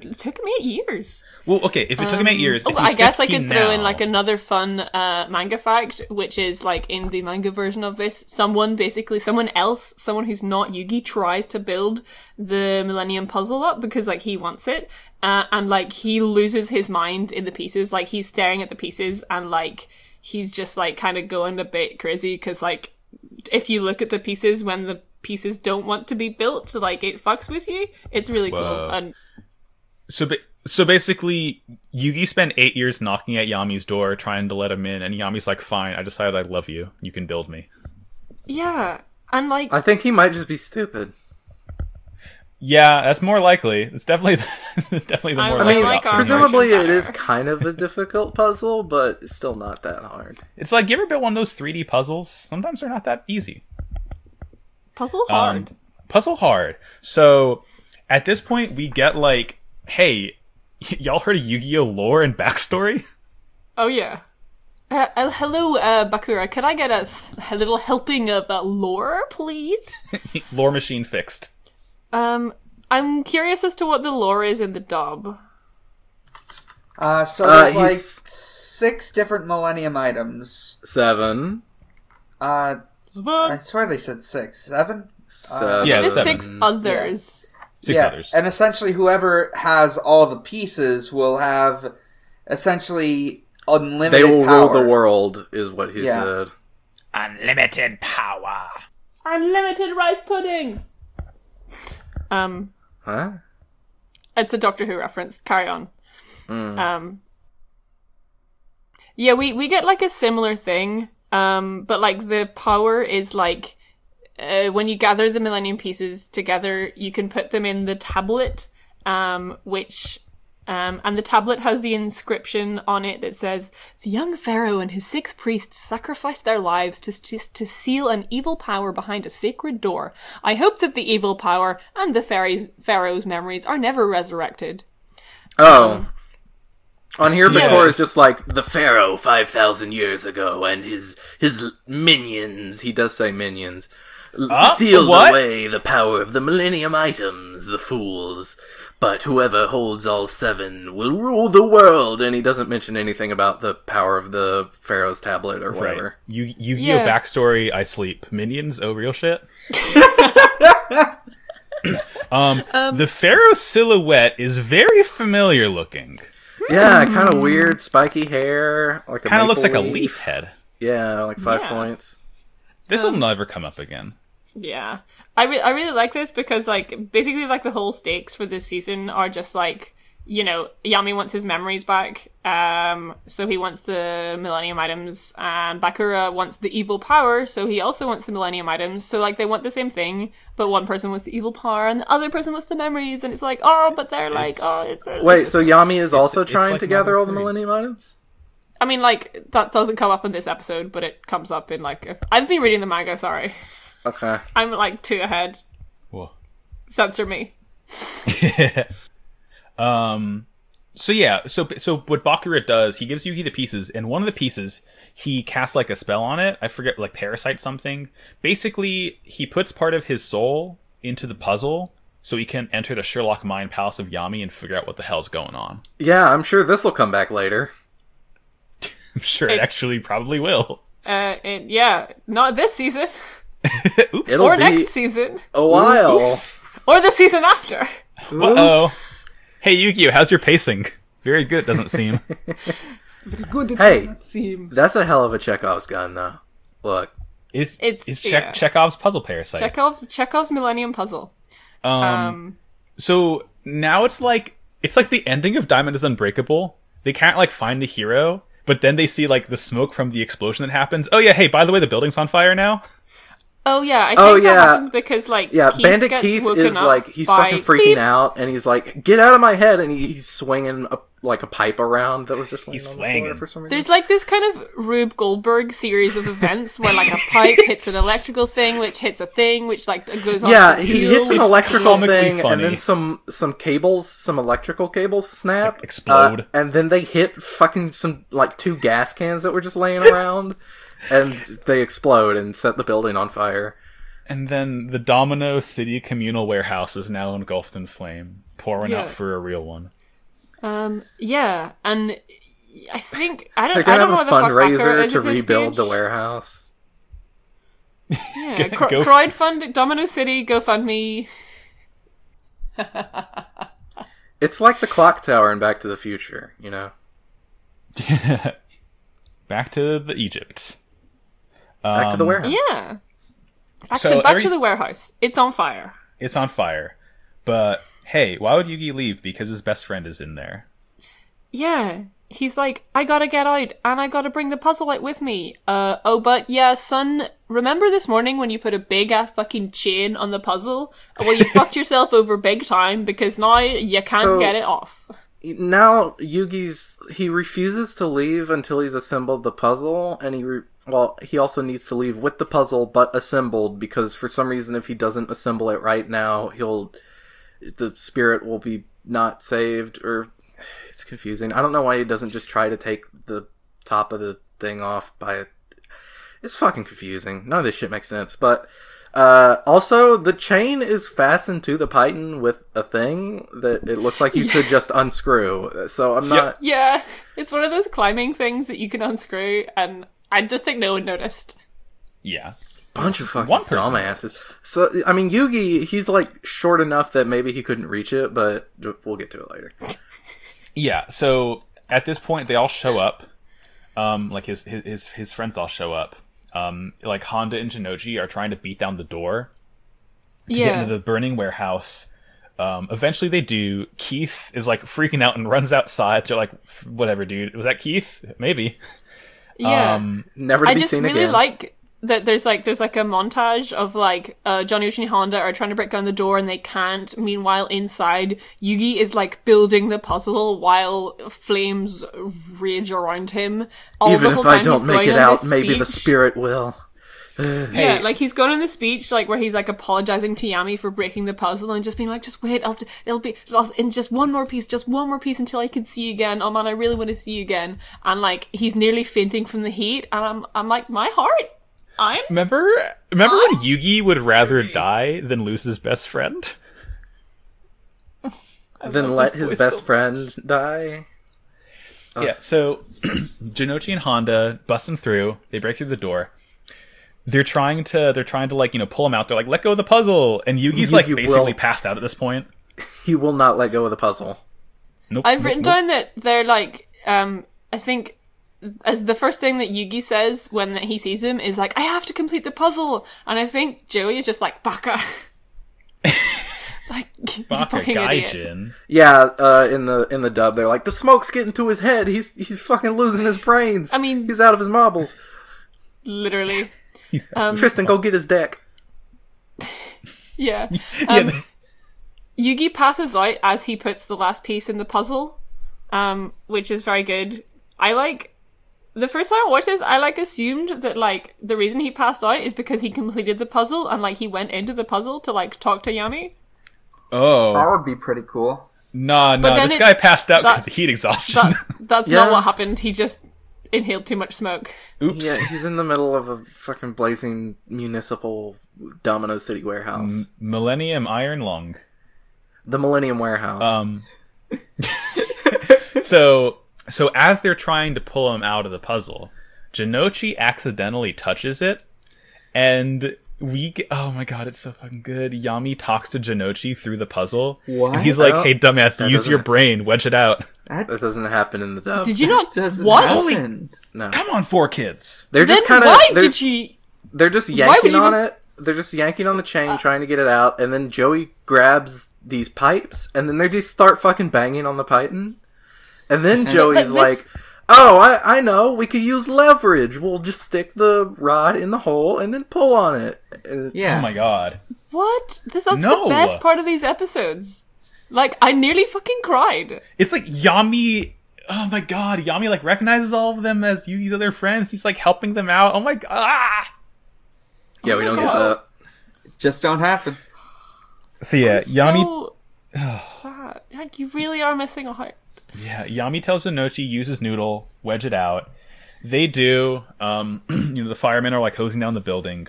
B: It took me eight years.
C: Well, okay, if it took him eight years,
B: Oh,
C: if he's
B: I guess I
C: 15
B: could throw in
C: now-
B: like another fun uh, manga fact, which is like in the manga version of this, someone basically, someone else, someone who's not Yugi, tries to build the Millennium Puzzle up because like he wants it, uh, and like he loses his mind in the pieces. Like he's staring at the pieces and like he's just like kind of going a bit crazy because like if you look at the pieces when the pieces don't want to be built, like it fucks with you. It's really
C: Whoa.
B: cool and
C: So, ba- so basically, Yugi spent eight years knocking at Yami's door, trying to let him in, and Yami's like, "Fine, I decided I love you. You can build me."
B: yeah, and like
A: I think he might just be stupid.
C: Yeah, that's more likely. It's definitely, the, definitely the
B: I
C: more
B: would
A: I mean,
C: likely
B: like
C: option.
B: our-
A: presumably
B: version
A: it is
B: better.
A: kind of a difficult puzzle, but it's still not that hard.
C: It's like you ever built one of those 3D puzzles? Sometimes they're not that easy.
B: puzzle hard.
C: Um, Puzzle hard. So, at this point, we get like, "Hey, y- y'all heard of Yu-Gi-Oh lore and backstory?"
B: Oh yeah. Uh, uh, hello, uh, Bakura. Can I get a, s- a little helping of uh, lore, please?
C: lore machine fixed.
B: Um, I'm curious as to what the lore is in the dub.
D: Uh, so
A: Uh,
D: there's like
A: he's-
D: six different Millennium items.
A: Seven.
D: Uh, I swear they said six, seven.
A: seven.
C: Yeah,
B: There's
C: seven.
B: Uh, six others.
C: Six
D: yeah,
C: others.
D: and essentially whoever has all the pieces will have essentially unlimited.
A: They will
D: power.
A: rule the world, is what he
D: Yeah.
A: said.
C: Unlimited power.
B: Unlimited rice pudding. Um,
A: Huh?
C: Mm.
B: it's a Doctor Who reference. Carry on. Um, Yeah, we we get like a similar thing, um, but like the power is like uh, when you gather the Millennium pieces together, you can put them in the tablet, um, which. Um, and the tablet has the inscription on it that says, "The young pharaoh and his six priests sacrificed their lives to, to to seal an evil power behind a sacred door. I hope that the evil power and the pharaoh's, pharaoh's memories are never resurrected."
A: Oh. On here,
C: Yeah.
A: Bakor is just like the Pharaoh five thousand years ago and his his minions. He does say minions. l-
C: Huh?
A: Sealed
C: Uh, What?
A: away the power of the Millennium Items, the fools. But whoever holds all seven will rule the world. And he doesn't mention anything about the power of the Pharaoh's tablet or whatever.
C: Right. You you Yu
B: Yeah.
C: backstory. I sleep minions. Oh, real shit. um, the pharaoh silhouette is very familiar looking.
A: Yeah, kind of weird, spiky hair. Like
C: Kind of Hmm. looks like
A: maple
C: a leaf head.
A: Yeah, like five
B: Yeah.
A: points.
C: This will never come up again.
B: Yeah, I re- I really like this because like basically like the whole stakes for this season are just like you know Yami wants his memories back, um, so he wants the Millennium items, and Bakura wants the evil power, so he also wants the Millennium items. So like they want the same thing, but one person wants the evil power and the other person wants the memories, and it's like oh, but they're like
C: It's-
B: oh, it's a-
A: Wait, so Yami is also
C: it's
A: trying
C: like
A: to gather
C: level
A: all the
C: three.
A: Millennium Items?
B: I mean like that doesn't come up in this episode, but it comes up in like a- I've been reading the manga. Sorry,
A: Okay.
B: I'm like two ahead.
C: Well.
B: Censor me.
C: um so yeah so so what bakura does he gives yugi the pieces and one of the pieces he casts like a spell on it i forget like parasite something basically he puts part of his soul into the puzzle so he can enter the sherlock mind palace of yami and figure out what the hell's going on
A: Yeah, I'm sure this will come back later.
C: i'm sure it
B: It-
C: actually probably will
B: Uh, and yeah, not this season
C: oops
A: It'll
B: or
A: be
B: next season
A: a while.
C: Oops.
B: or the season after.
C: Uh-oh. hey yu how's your pacing very good it doesn't seem
A: Hey, that's a hell of a Chekhov's gun, though. Look,
C: it's it's,
B: It's-
C: Chek-
B: yeah.
C: chekhov's puzzle parasite
B: Chekhov's Chekhov's Millennium Puzzle. Um,
C: So now it's like it's like the ending of Diamond is Unbreakable. They can't like find the hero, but then they see like the smoke from the explosion that happens. Oh yeah, hey, by the way, the building's on fire now.
B: oh yeah, I think
A: Oh, yeah.
B: that happens because like
A: yeah,
B: Keith
A: Bandit
B: gets
A: Keith
B: woken
A: is
B: up
A: like he's
B: by-
A: fucking freaking
B: Beep.
A: out, and he's like, "Get out of my head!" And he, he's swinging a, like a pipe around that was just laying
C: He's
A: on the floor
C: swinging.
A: for some reason.
B: There's like this kind of Rube Goldberg series of events where like a pipe hits an electrical thing, which hits a thing, which like goes on.
A: yeah,
B: to
A: he
B: heal,
A: hits an
B: which-
A: electrical
C: comically
A: thing, and
C: funny.
A: then some some cables, some electrical cables snap,
C: Like, E- explode.
A: uh, and then they hit fucking some like two gas cans that were just laying around, and they explode and set the building on fire.
C: And then the Domino City communal warehouse is now engulfed in flame, pouring
B: Yeah.
C: out for a real one.
B: Um, yeah, and I think I
A: They're
B: don't. I
A: gonna
B: don't know
A: have
B: what
A: a
B: the fuck Bakker
A: fundraiser
B: is
A: to
B: at this
A: rebuild the
B: stage.
A: warehouse.
B: Yeah,
C: Go-
B: cro-
C: go-
B: crowdfund Domino City, GoFundMe.
A: It's like the clock tower in Back to the Future, you know.
C: Back to the Egypt.
A: Back to the
C: Um,
A: warehouse.
B: Yeah. Back,
C: So
B: so back
C: every-
B: to the warehouse. It's on fire.
C: It's on fire. But hey, why would Yugi leave? Because his best friend is in there.
B: Yeah. He's like, I gotta get out, and I gotta bring the puzzle out with me. Uh, oh, but yeah, son, remember this morning when you put a big ass fucking chain on the puzzle? Well, you fucked yourself over big time because now you can't
A: So-
B: get it off.
A: Now Yugi's he refuses to leave until he's assembled the puzzle, and he re- well he also needs to leave with the puzzle but assembled because for some reason if he doesn't assemble it right now he'll the spirit will be not saved or it's confusing. I don't know why he doesn't just try to take the top of the thing off by it. It's fucking confusing. None of this shit makes sense. But uh, also, the chain is fastened to the python with a thing that it looks like you could just unscrew. So I'm not.
B: Yeah, it's one of those climbing things that you can unscrew, and I just think no one noticed.
C: Yeah.
A: bunch of fucking
C: One person.
A: dumbasses. So I mean, Yugi, he's like short enough that maybe he couldn't reach it, but we'll get to it later.
C: Yeah. So at this point, they all show up. Um, like his his his, his friends all show up. Um, like Honda and Jinoji are trying to beat down the door to get
B: yeah.
C: into the burning warehouse. Um, eventually they do. Keith is like freaking out and runs outside. They're like, "F- whatever, dude. Was that Keith? Maybe.
B: Yeah.
C: Um,
A: Never to
B: I
A: be
B: just
A: seen
B: really
A: again.
B: like that there's like there's like a montage of like uh, Johnny Uchi and Honda are trying to break down the door and they can't. Meanwhile, inside Yugi is like building the puzzle while flames rage around him. All the
A: Even
B: whole
A: if
B: time
A: I don't
B: he's
A: make
B: going
A: it
B: on
A: out,
B: this
A: maybe the
B: speech.
A: spirit will.
C: hey,
B: Yeah, like he's gone in the speech, like where he's like apologizing to Yami for breaking the puzzle and just being like, just wait, I'll, d- it'll be, I'll, and just one more piece, just one more piece until I can see you again. Oh man, I really want to see you again. And like he's nearly fainting from the heat, and I'm, I'm like, my heart, I'm,
C: remember remember when Yugi would rather die than lose his best friend?
A: Then let his
C: voice
A: best
C: so
A: friend die.
C: Yeah, so Jinochi and Honda busting through, they break through the door. They're trying to they're trying to like, you know, pull him out. They're like, let go of the puzzle. And Yugi's like
A: Yugi
C: basically
A: will.
C: passed out at this point.
A: He will not let go of the puzzle.
C: Nope.
B: I've
C: nope,
B: written
C: nope.
B: down that they're like, um, I think as the first thing that Yugi says when he sees him is like, I have to complete the puzzle, and I think Joey is just like, Baka. like, you
C: Baka
B: fucking idiot.
C: Gaijin.
A: Yeah, uh, in the in the dub, they're like the smoke's getting to his head. He's he's fucking losing his brains. I
B: mean-
A: he's out of his marbles.
B: Literally.
C: He's-
B: Um,
A: Tristan, go get his deck.
B: Yeah.
C: yeah,
B: Um, Yugi passes out as he puts the last piece in the puzzle, um, which is very good. I like the first time I watched this, I like assumed that like the reason he passed out is because he completed the puzzle and like he went into the puzzle to like talk to Yami.
D: That
C: oh.
D: would be pretty cool.
C: Nah, nah.
B: then
C: This
B: it-
C: guy passed out
B: that-
C: because of heat exhaustion.
B: That that's
A: Yeah.
B: not what happened. He just inhaled too much smoke.
C: Oops.
A: Yeah, he's in the middle of a fucking blazing municipal Domino City warehouse,
C: Millennium Iron Lung.
A: the Millennium Warehouse.
C: Um, so so as they're trying to pull him out of the puzzle, Jinochi accidentally touches it, and we get, oh my god, it's so fucking good. Yami talks to Jinochi through the puzzle.
D: What?
C: And he's like,
A: Oh.
C: "Hey, dumbass, use
A: doesn't-
C: your brain, wedge it out."
D: That
A: that doesn't happen in the dub.
B: Did you not
D: doesn't
B: what?
D: happen.
A: No,
C: Come on, four kids.
A: they're
B: Then
A: just kind of
B: why
A: they're,
B: did you?
A: they're just
B: why
A: yanking
B: would you
A: on
B: even- Uh.
A: it. They're just yanking on the chain, trying to get it out, and then Joey grabs these pipes, and then they just start fucking banging on the python. And then Joey's
B: this-
A: like, "Oh, I, I know. We could use leverage. We'll just stick the rod in the hole and then pull on it." And it's-
D: Yeah.
C: Oh my god.
B: What? This that's
C: No.
B: the best part of these episodes. Like I nearly fucking cried.
C: It's like Yami. Oh my god, Yami like recognizes all of them as Yugi's other friends. He's like helping them out. Oh my god. Ah!
A: yeah, we don't get the.
B: Oh God.
D: Just don't happen.
C: So yeah, Yami
B: So sad. Like you really are missing a heart.
C: Yeah, Yami tells Inochi use his noodle, wedge it out. They do. Um, you know, the firemen are like hosing down the building.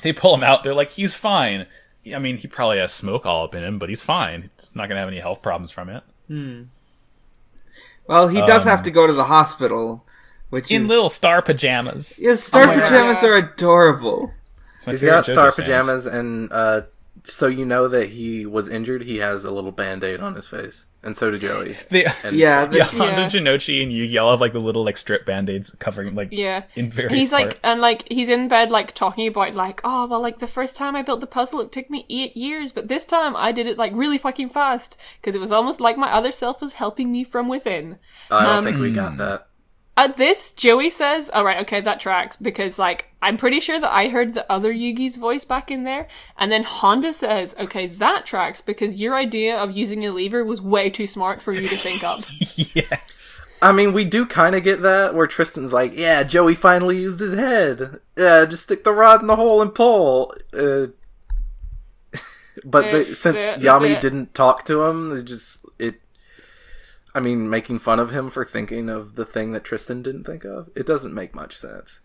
C: They pull him out. They're like, he's fine. I mean, he probably has smoke all up in him, but he's fine. He's not gonna have any health problems from it.
D: Well, he does
C: Um,
D: have to go to the hospital, which
C: In
D: is
C: little star pajamas.
D: His star
B: Oh my God.
D: pajamas are adorable.
C: It's my
A: He's
C: favorite
A: got
C: JoJo
A: star
C: fans.
A: pajamas, and uh, so you know that he was injured. He has a little band aid on his face, and so did Joey.
C: They,
A: And
D: Yeah, the-
C: yeah, Honda
B: Yeah.
C: Jinochi and Yugi all have like the little like strip band aids covering like
B: Yeah.
C: in various
B: He's like,
C: parts.
B: and like, he's in bed, like, talking about, like, oh, well, like, the first time I built the puzzle, it took me eight years, but this time I did it, like, really fucking fast, because it was almost like my other self was helping me from within.
A: I
B: Um,
A: don't think we got that.
B: At this, Joey says, all right, okay, that tracks, because, like, I'm pretty sure that I heard the other Yugi's voice back in there, and then Honda says, okay, that tracks, because your idea of using a lever was way too smart for you to think up.
C: yes.
A: I mean, we do kind of get that where Tristan's like, "Yeah, Joey finally used his head. Yeah, just stick the rod in the hole and pull." Uh, but the,
B: Eh,
A: since
B: eh,
A: Yami
B: eh.
A: didn't talk to him, it just it. I mean, making fun of him for thinking of the thing that Tristan didn't think of. It doesn't make much sense.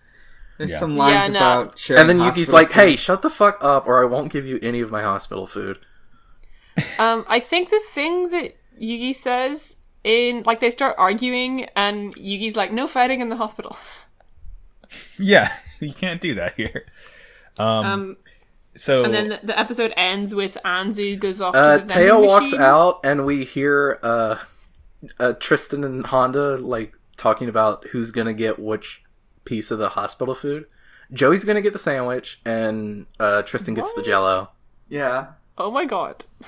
D: There's
C: Yeah.
D: some lines
B: Yeah, no.
D: about sharing.
A: And then Yuki's
D: hospital
A: like,
D: food.
A: "Hey, shut the fuck up, or I won't give you any of my hospital food."
B: Um, I think the thing that Yugi says in like they start arguing and Yugi's like, "No fighting in the hospital."
C: Yeah, you can't do that here. Um,
B: Um,
C: so
B: and then the, the episode ends with Anzu goes off.
A: Uh,
B: to the vending
A: Teo walks
B: machine.
A: out, and we hear uh, uh, Tristan and Honda like talking about who's gonna get which piece of the hospital food. Joey's gonna get the sandwich, and uh, Tristan gets the jello.
D: Yeah.
B: Oh my god!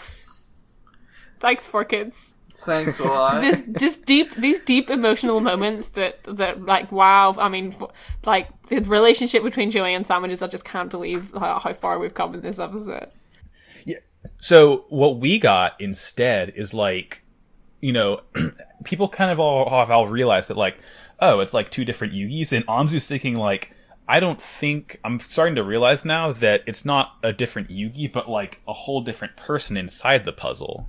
B: Thanks for kids.
D: Thanks a lot.
B: this just deep these deep emotional moments that that like wow i mean f- like the relationship between joey and sandwiches i just can't believe how, how far we've come in this episode
C: So what we got instead is like, you know, people kind of all have all realized that like, oh, it's like two different Yugis, and Amzu's thinking like, I don't think I'm starting to realize now that it's not a different Yugi, but like a whole different person inside the puzzle.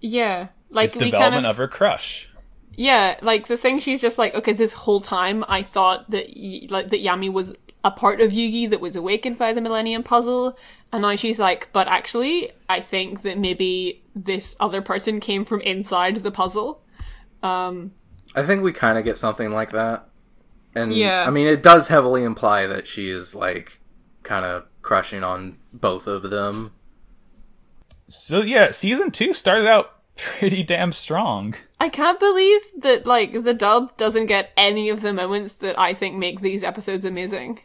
B: yeah like
C: It's development of her crush.
B: yeah like the thing she's just like okay this whole time i thought that y- like that yami was a part of yugi that was awakened by the millennium puzzle and now she's like but actually i think that maybe this other person came from inside the puzzle
A: I think we kind of get something like that. And
B: Yeah.
A: I mean, it does heavily imply that she is like kind of crushing on both of them.
C: So yeah, season two started out pretty damn strong.
B: I can't believe that like the dub doesn't get any of the moments that I think make these episodes amazing.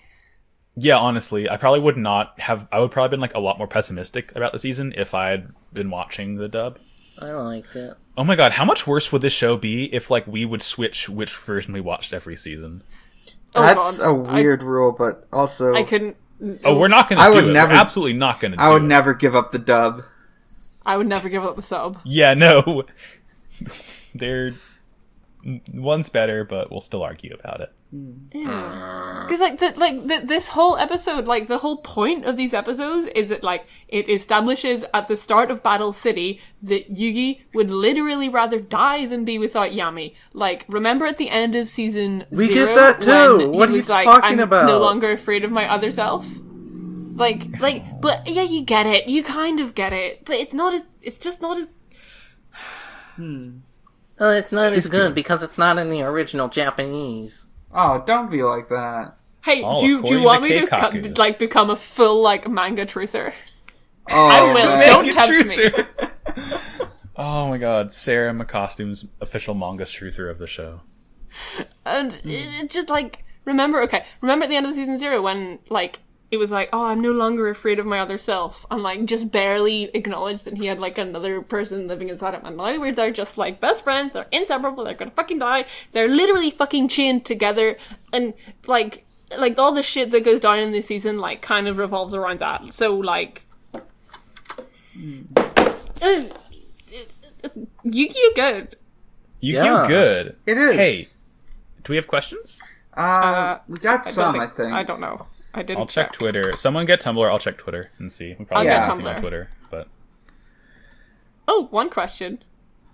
C: Yeah, honestly, I probably would not have. I would probably been like a lot more pessimistic about the season if I had been watching the dub.
A: I liked it.
C: Oh my god, how much worse would this show be if like we would switch which version we watched every season?
B: Oh,
D: That's
B: God.
D: a weird rule, but also
B: I, I
D: I,
B: couldn't.
C: Oh, we're not gonna
D: I
C: do
D: would
C: it.
D: never-
C: we're absolutely not gonna do
D: would
C: it.
D: never give up the dub.
B: I would never give up the sub.
C: Yeah, no. They're one's better, but we'll still argue about it.
B: Because like the, like the, this whole episode, like the whole point of these episodes is that like it establishes at the start of Battle City that Yugi would literally rather die than be without Yami. Like remember at the end of season
A: We
B: zero,
A: get that too.
B: when he
A: What are you
B: was like,
A: talking
B: I'm No
A: about?"
B: longer afraid of my other self. Like like, but yeah, you get it. You kind of get it, but it's not as it's just not as
A: Oh, it's not as good because it's not in the original Japanese.
D: Oh, don't be like that.
B: Hey,
C: Oh,
B: do you, do you
C: according
B: want
C: to
B: me to
C: Keikaku.
B: co- like become a full like manga truther?
D: Oh,
B: I will.
D: man.
B: Don't tempt me.
C: Oh my god, Sarah McCostume's official manga truther of the show.
B: and
D: Hmm.
B: it- it just like remember okay remember at the end of season zero when like it was like oh i'm no longer afraid of my other self and like just barely acknowledged that he had like another person living inside him and now we're they're just like best friends they're inseparable they're gonna fucking die they're literally fucking chained together and like like all the shit that goes down in this season like kind of revolves around that so like
D: Hmm.
B: uh, Yu-Gi-Oh good
C: You
A: Yeah.
C: good.
D: It is.
C: Hey, do we have questions?
D: Uh, we got some, I think.
B: I don't know I didn't
C: I'll check Twitter. Someone get Tumblr. I'll check Twitter and see. We probably
B: I'll
D: get
C: have anything on
B: Tumblr.
C: Twitter, but
B: Oh, one question.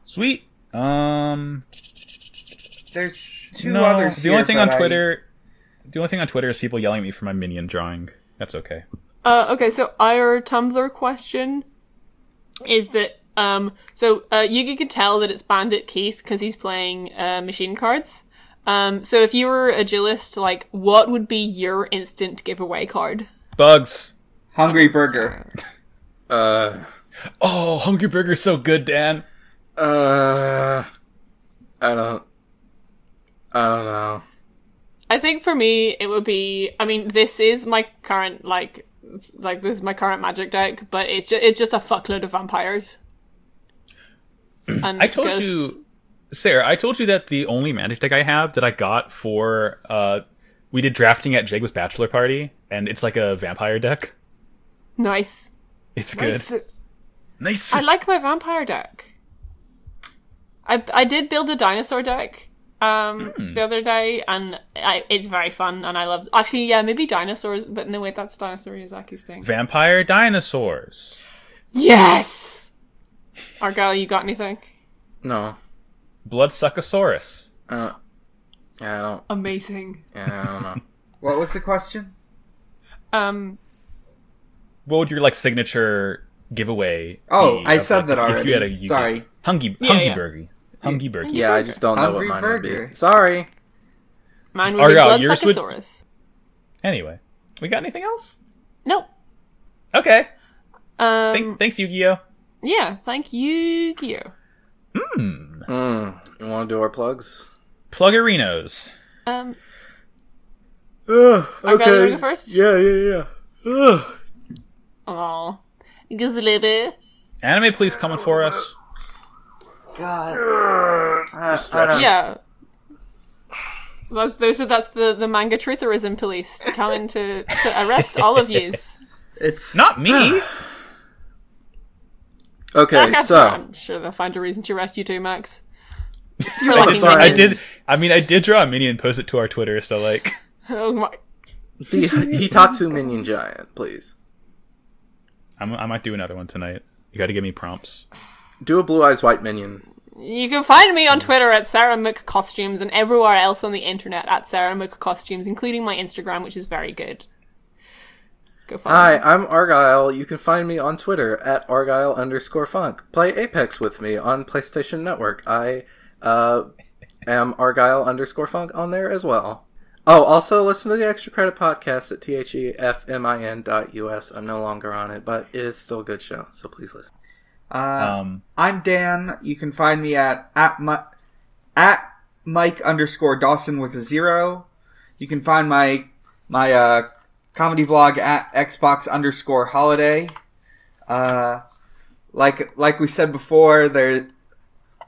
C: sweet. Um,
D: There's two
C: no,
D: others.
C: The only
D: here,
C: thing on
D: but I-
C: Twitter, the only thing on Twitter is people yelling at me for my minion drawing. That's okay.
B: Uh, okay, so our Tumblr question is that um, so uh, Yugi could tell that it's Bandit Keith because he's playing uh, machine cards. Um, so if you were a duelist, like, what would be your instant giveaway card?
C: Bugs.
D: Hungry Burger.
A: Uh,
C: Oh, Hungry Burger's so good, Dan.
A: uh, I don't, I don't know.
B: I think for me it would be. I mean, this is my current like like this is my current magic deck, but it's just it's just a fuckload of vampires. And
C: I told
B: ghosts.
C: you, Sarah. I told you that the only magic deck I have that I got for uh, we did drafting at Jake's bachelor party, and it's like a vampire deck.
B: nice.
C: It's good. Nice.
B: I like my vampire deck. I I did build a dinosaur deck um
C: Hmm.
B: the other day, and I, it's very fun, and I love. Actually, yeah, maybe dinosaurs, but no wait, that's dinosaur Yuzaki's thing.
C: Vampire dinosaurs.
B: yes. Argyle, you got anything?
A: No,
C: Bloodsuckosaurus.
A: I don't. I don't.
B: Amazing.
A: Yeah, I don't know.
D: What was the question?
B: Um.
C: What would your like signature giveaway?
D: Oh,
C: be
D: I
C: of,
D: said
C: like,
D: that
C: if- If you had a
D: already.
C: Yugi-
D: Sorry.
C: Hungy,
B: Yeah,
C: hungy
B: yeah.
C: burger. Hungy burger.
A: Yeah, I just don't know what
D: Hungry
A: mine would
D: burger.
A: be. Sorry.
B: Mine would be
C: Argyle, yours would-
B: Bloodsuckosaurus.
C: Anyway, we got anything else?
B: No.
C: Okay.
B: Um.
C: Thank, thanks, Yu-Gi-Oh.
B: yeah. Thank you, Gio.
A: Mm, you want to do our plugs?
C: Pluggerinos.
B: Um.
A: Ugh,
B: I'd rather go first?
A: Yeah, yeah, yeah. Ugh.
B: Aw. Gizlibe.
C: Anime, please coming for us.
D: God. I, Uh, I
A: Stretch
D: don't,
B: Yeah. That's, those are, that's the, the manga trutherism police coming to, to arrest all of yous.
D: It's
C: Not me.
A: Okay, so
B: I'm sure they'll find a reason to arrest you too, Max.
C: I
B: You're like in
C: did- I
B: minions.
C: did. I mean, I did draw a minion, and post it to our Twitter. So like,
B: Oh my.
A: the Hitatsu minion giant, please
C: I'm, I might do another one tonight. You got to give me prompts.
A: do a blue eyes white minion.
B: You can find me on Twitter at Sarah McCostumes and everywhere else on the internet at Sarah McCostumes, including my Instagram, which is very good. Go find
A: Hi,
B: me.
A: I'm Argyle. You can find me on Twitter at Argyle underscore Funk. Play Apex with me on PlayStation Network. I uh, am Argyle underscore Funk on there as well. Oh, also listen to the Extra Credit podcast at E thefmin dot us. I'm no longer on it, but it is still a good show, so please listen.
D: Uh,
C: Um,
D: I'm Dan. You can find me at at my at Mike underscore Dawson with a zero. You can find my my uh, comedy blog at Xbox underscore Holiday. Uh, like like we said before, there.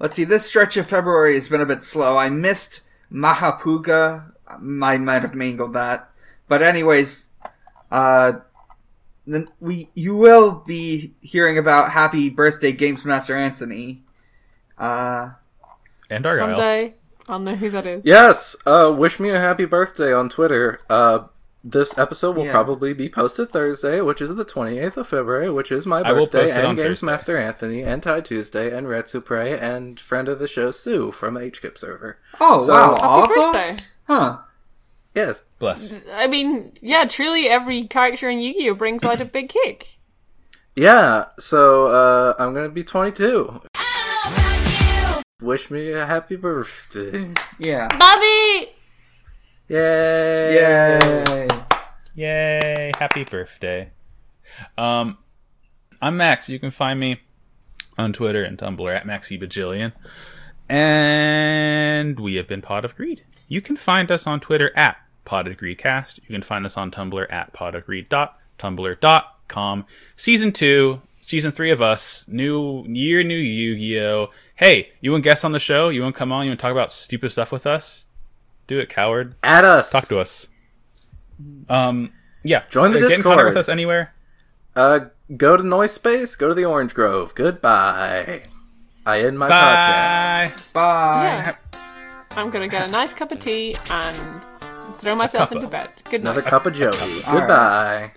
D: Let's see. This stretch of February has been a bit slow. I missed Mahapuga. I might have mangled that, but anyways, uh, then we you will be hearing about Happy Birthday Games Master Anthony. Uh,
C: and Argyle.
B: Someday. I'll know who that is.
A: Yes, uh, wish me a happy birthday on Twitter. Uh, this episode will
D: Yeah.
A: probably be posted Thursday, which is the 28th of February, which is my
C: I will
A: birthday,
C: post it on
A: and Games
C: Thursday.
A: Master Anthony, and Ty Tuesday, and Retsupre, and friend of the show Sue from HKIP server.
D: oh
A: So-
D: wow,
A: Happy
D: all of
B: birthday.
D: those? Huh.
A: Yes.
C: Bless.
B: I mean, yeah, truly every character in Yu Gi Oh! brings out a big kick.
A: Yeah, so uh, I'm going to be 22. Wish me a happy birthday.
D: Yeah.
B: Bobby!
A: Yay!
D: Yay.
C: Yay! Happy birthday. Um, I'm Max. You can find me on Twitter and Tumblr at MaxiBajillion. And we have been Pod of Greed. You can find us on Twitter at Pod of Greedcast. You can find us on Tumblr at podofgreed.tumblr.com. Season two, season three of us. New year, new Yu-Gi-Oh. Hey, you want guests on the show? You want to come on? You want to talk about stupid stuff with us? Do it, coward
A: At us.
C: talk to us. Um, yeah,
A: Join the
C: Uh, Get in contact
A: Discord.
C: with us anywhere.
A: Uh, go to Noise Space, go to the Orange Grove. Goodbye. I end my podcast.
B: Yeah.
C: Bye.
D: Bye.
B: I'm gonna get a nice cup of tea and throw myself into bed. Good night.
A: Another cup of Joey.
D: All right.
A: Goodbye.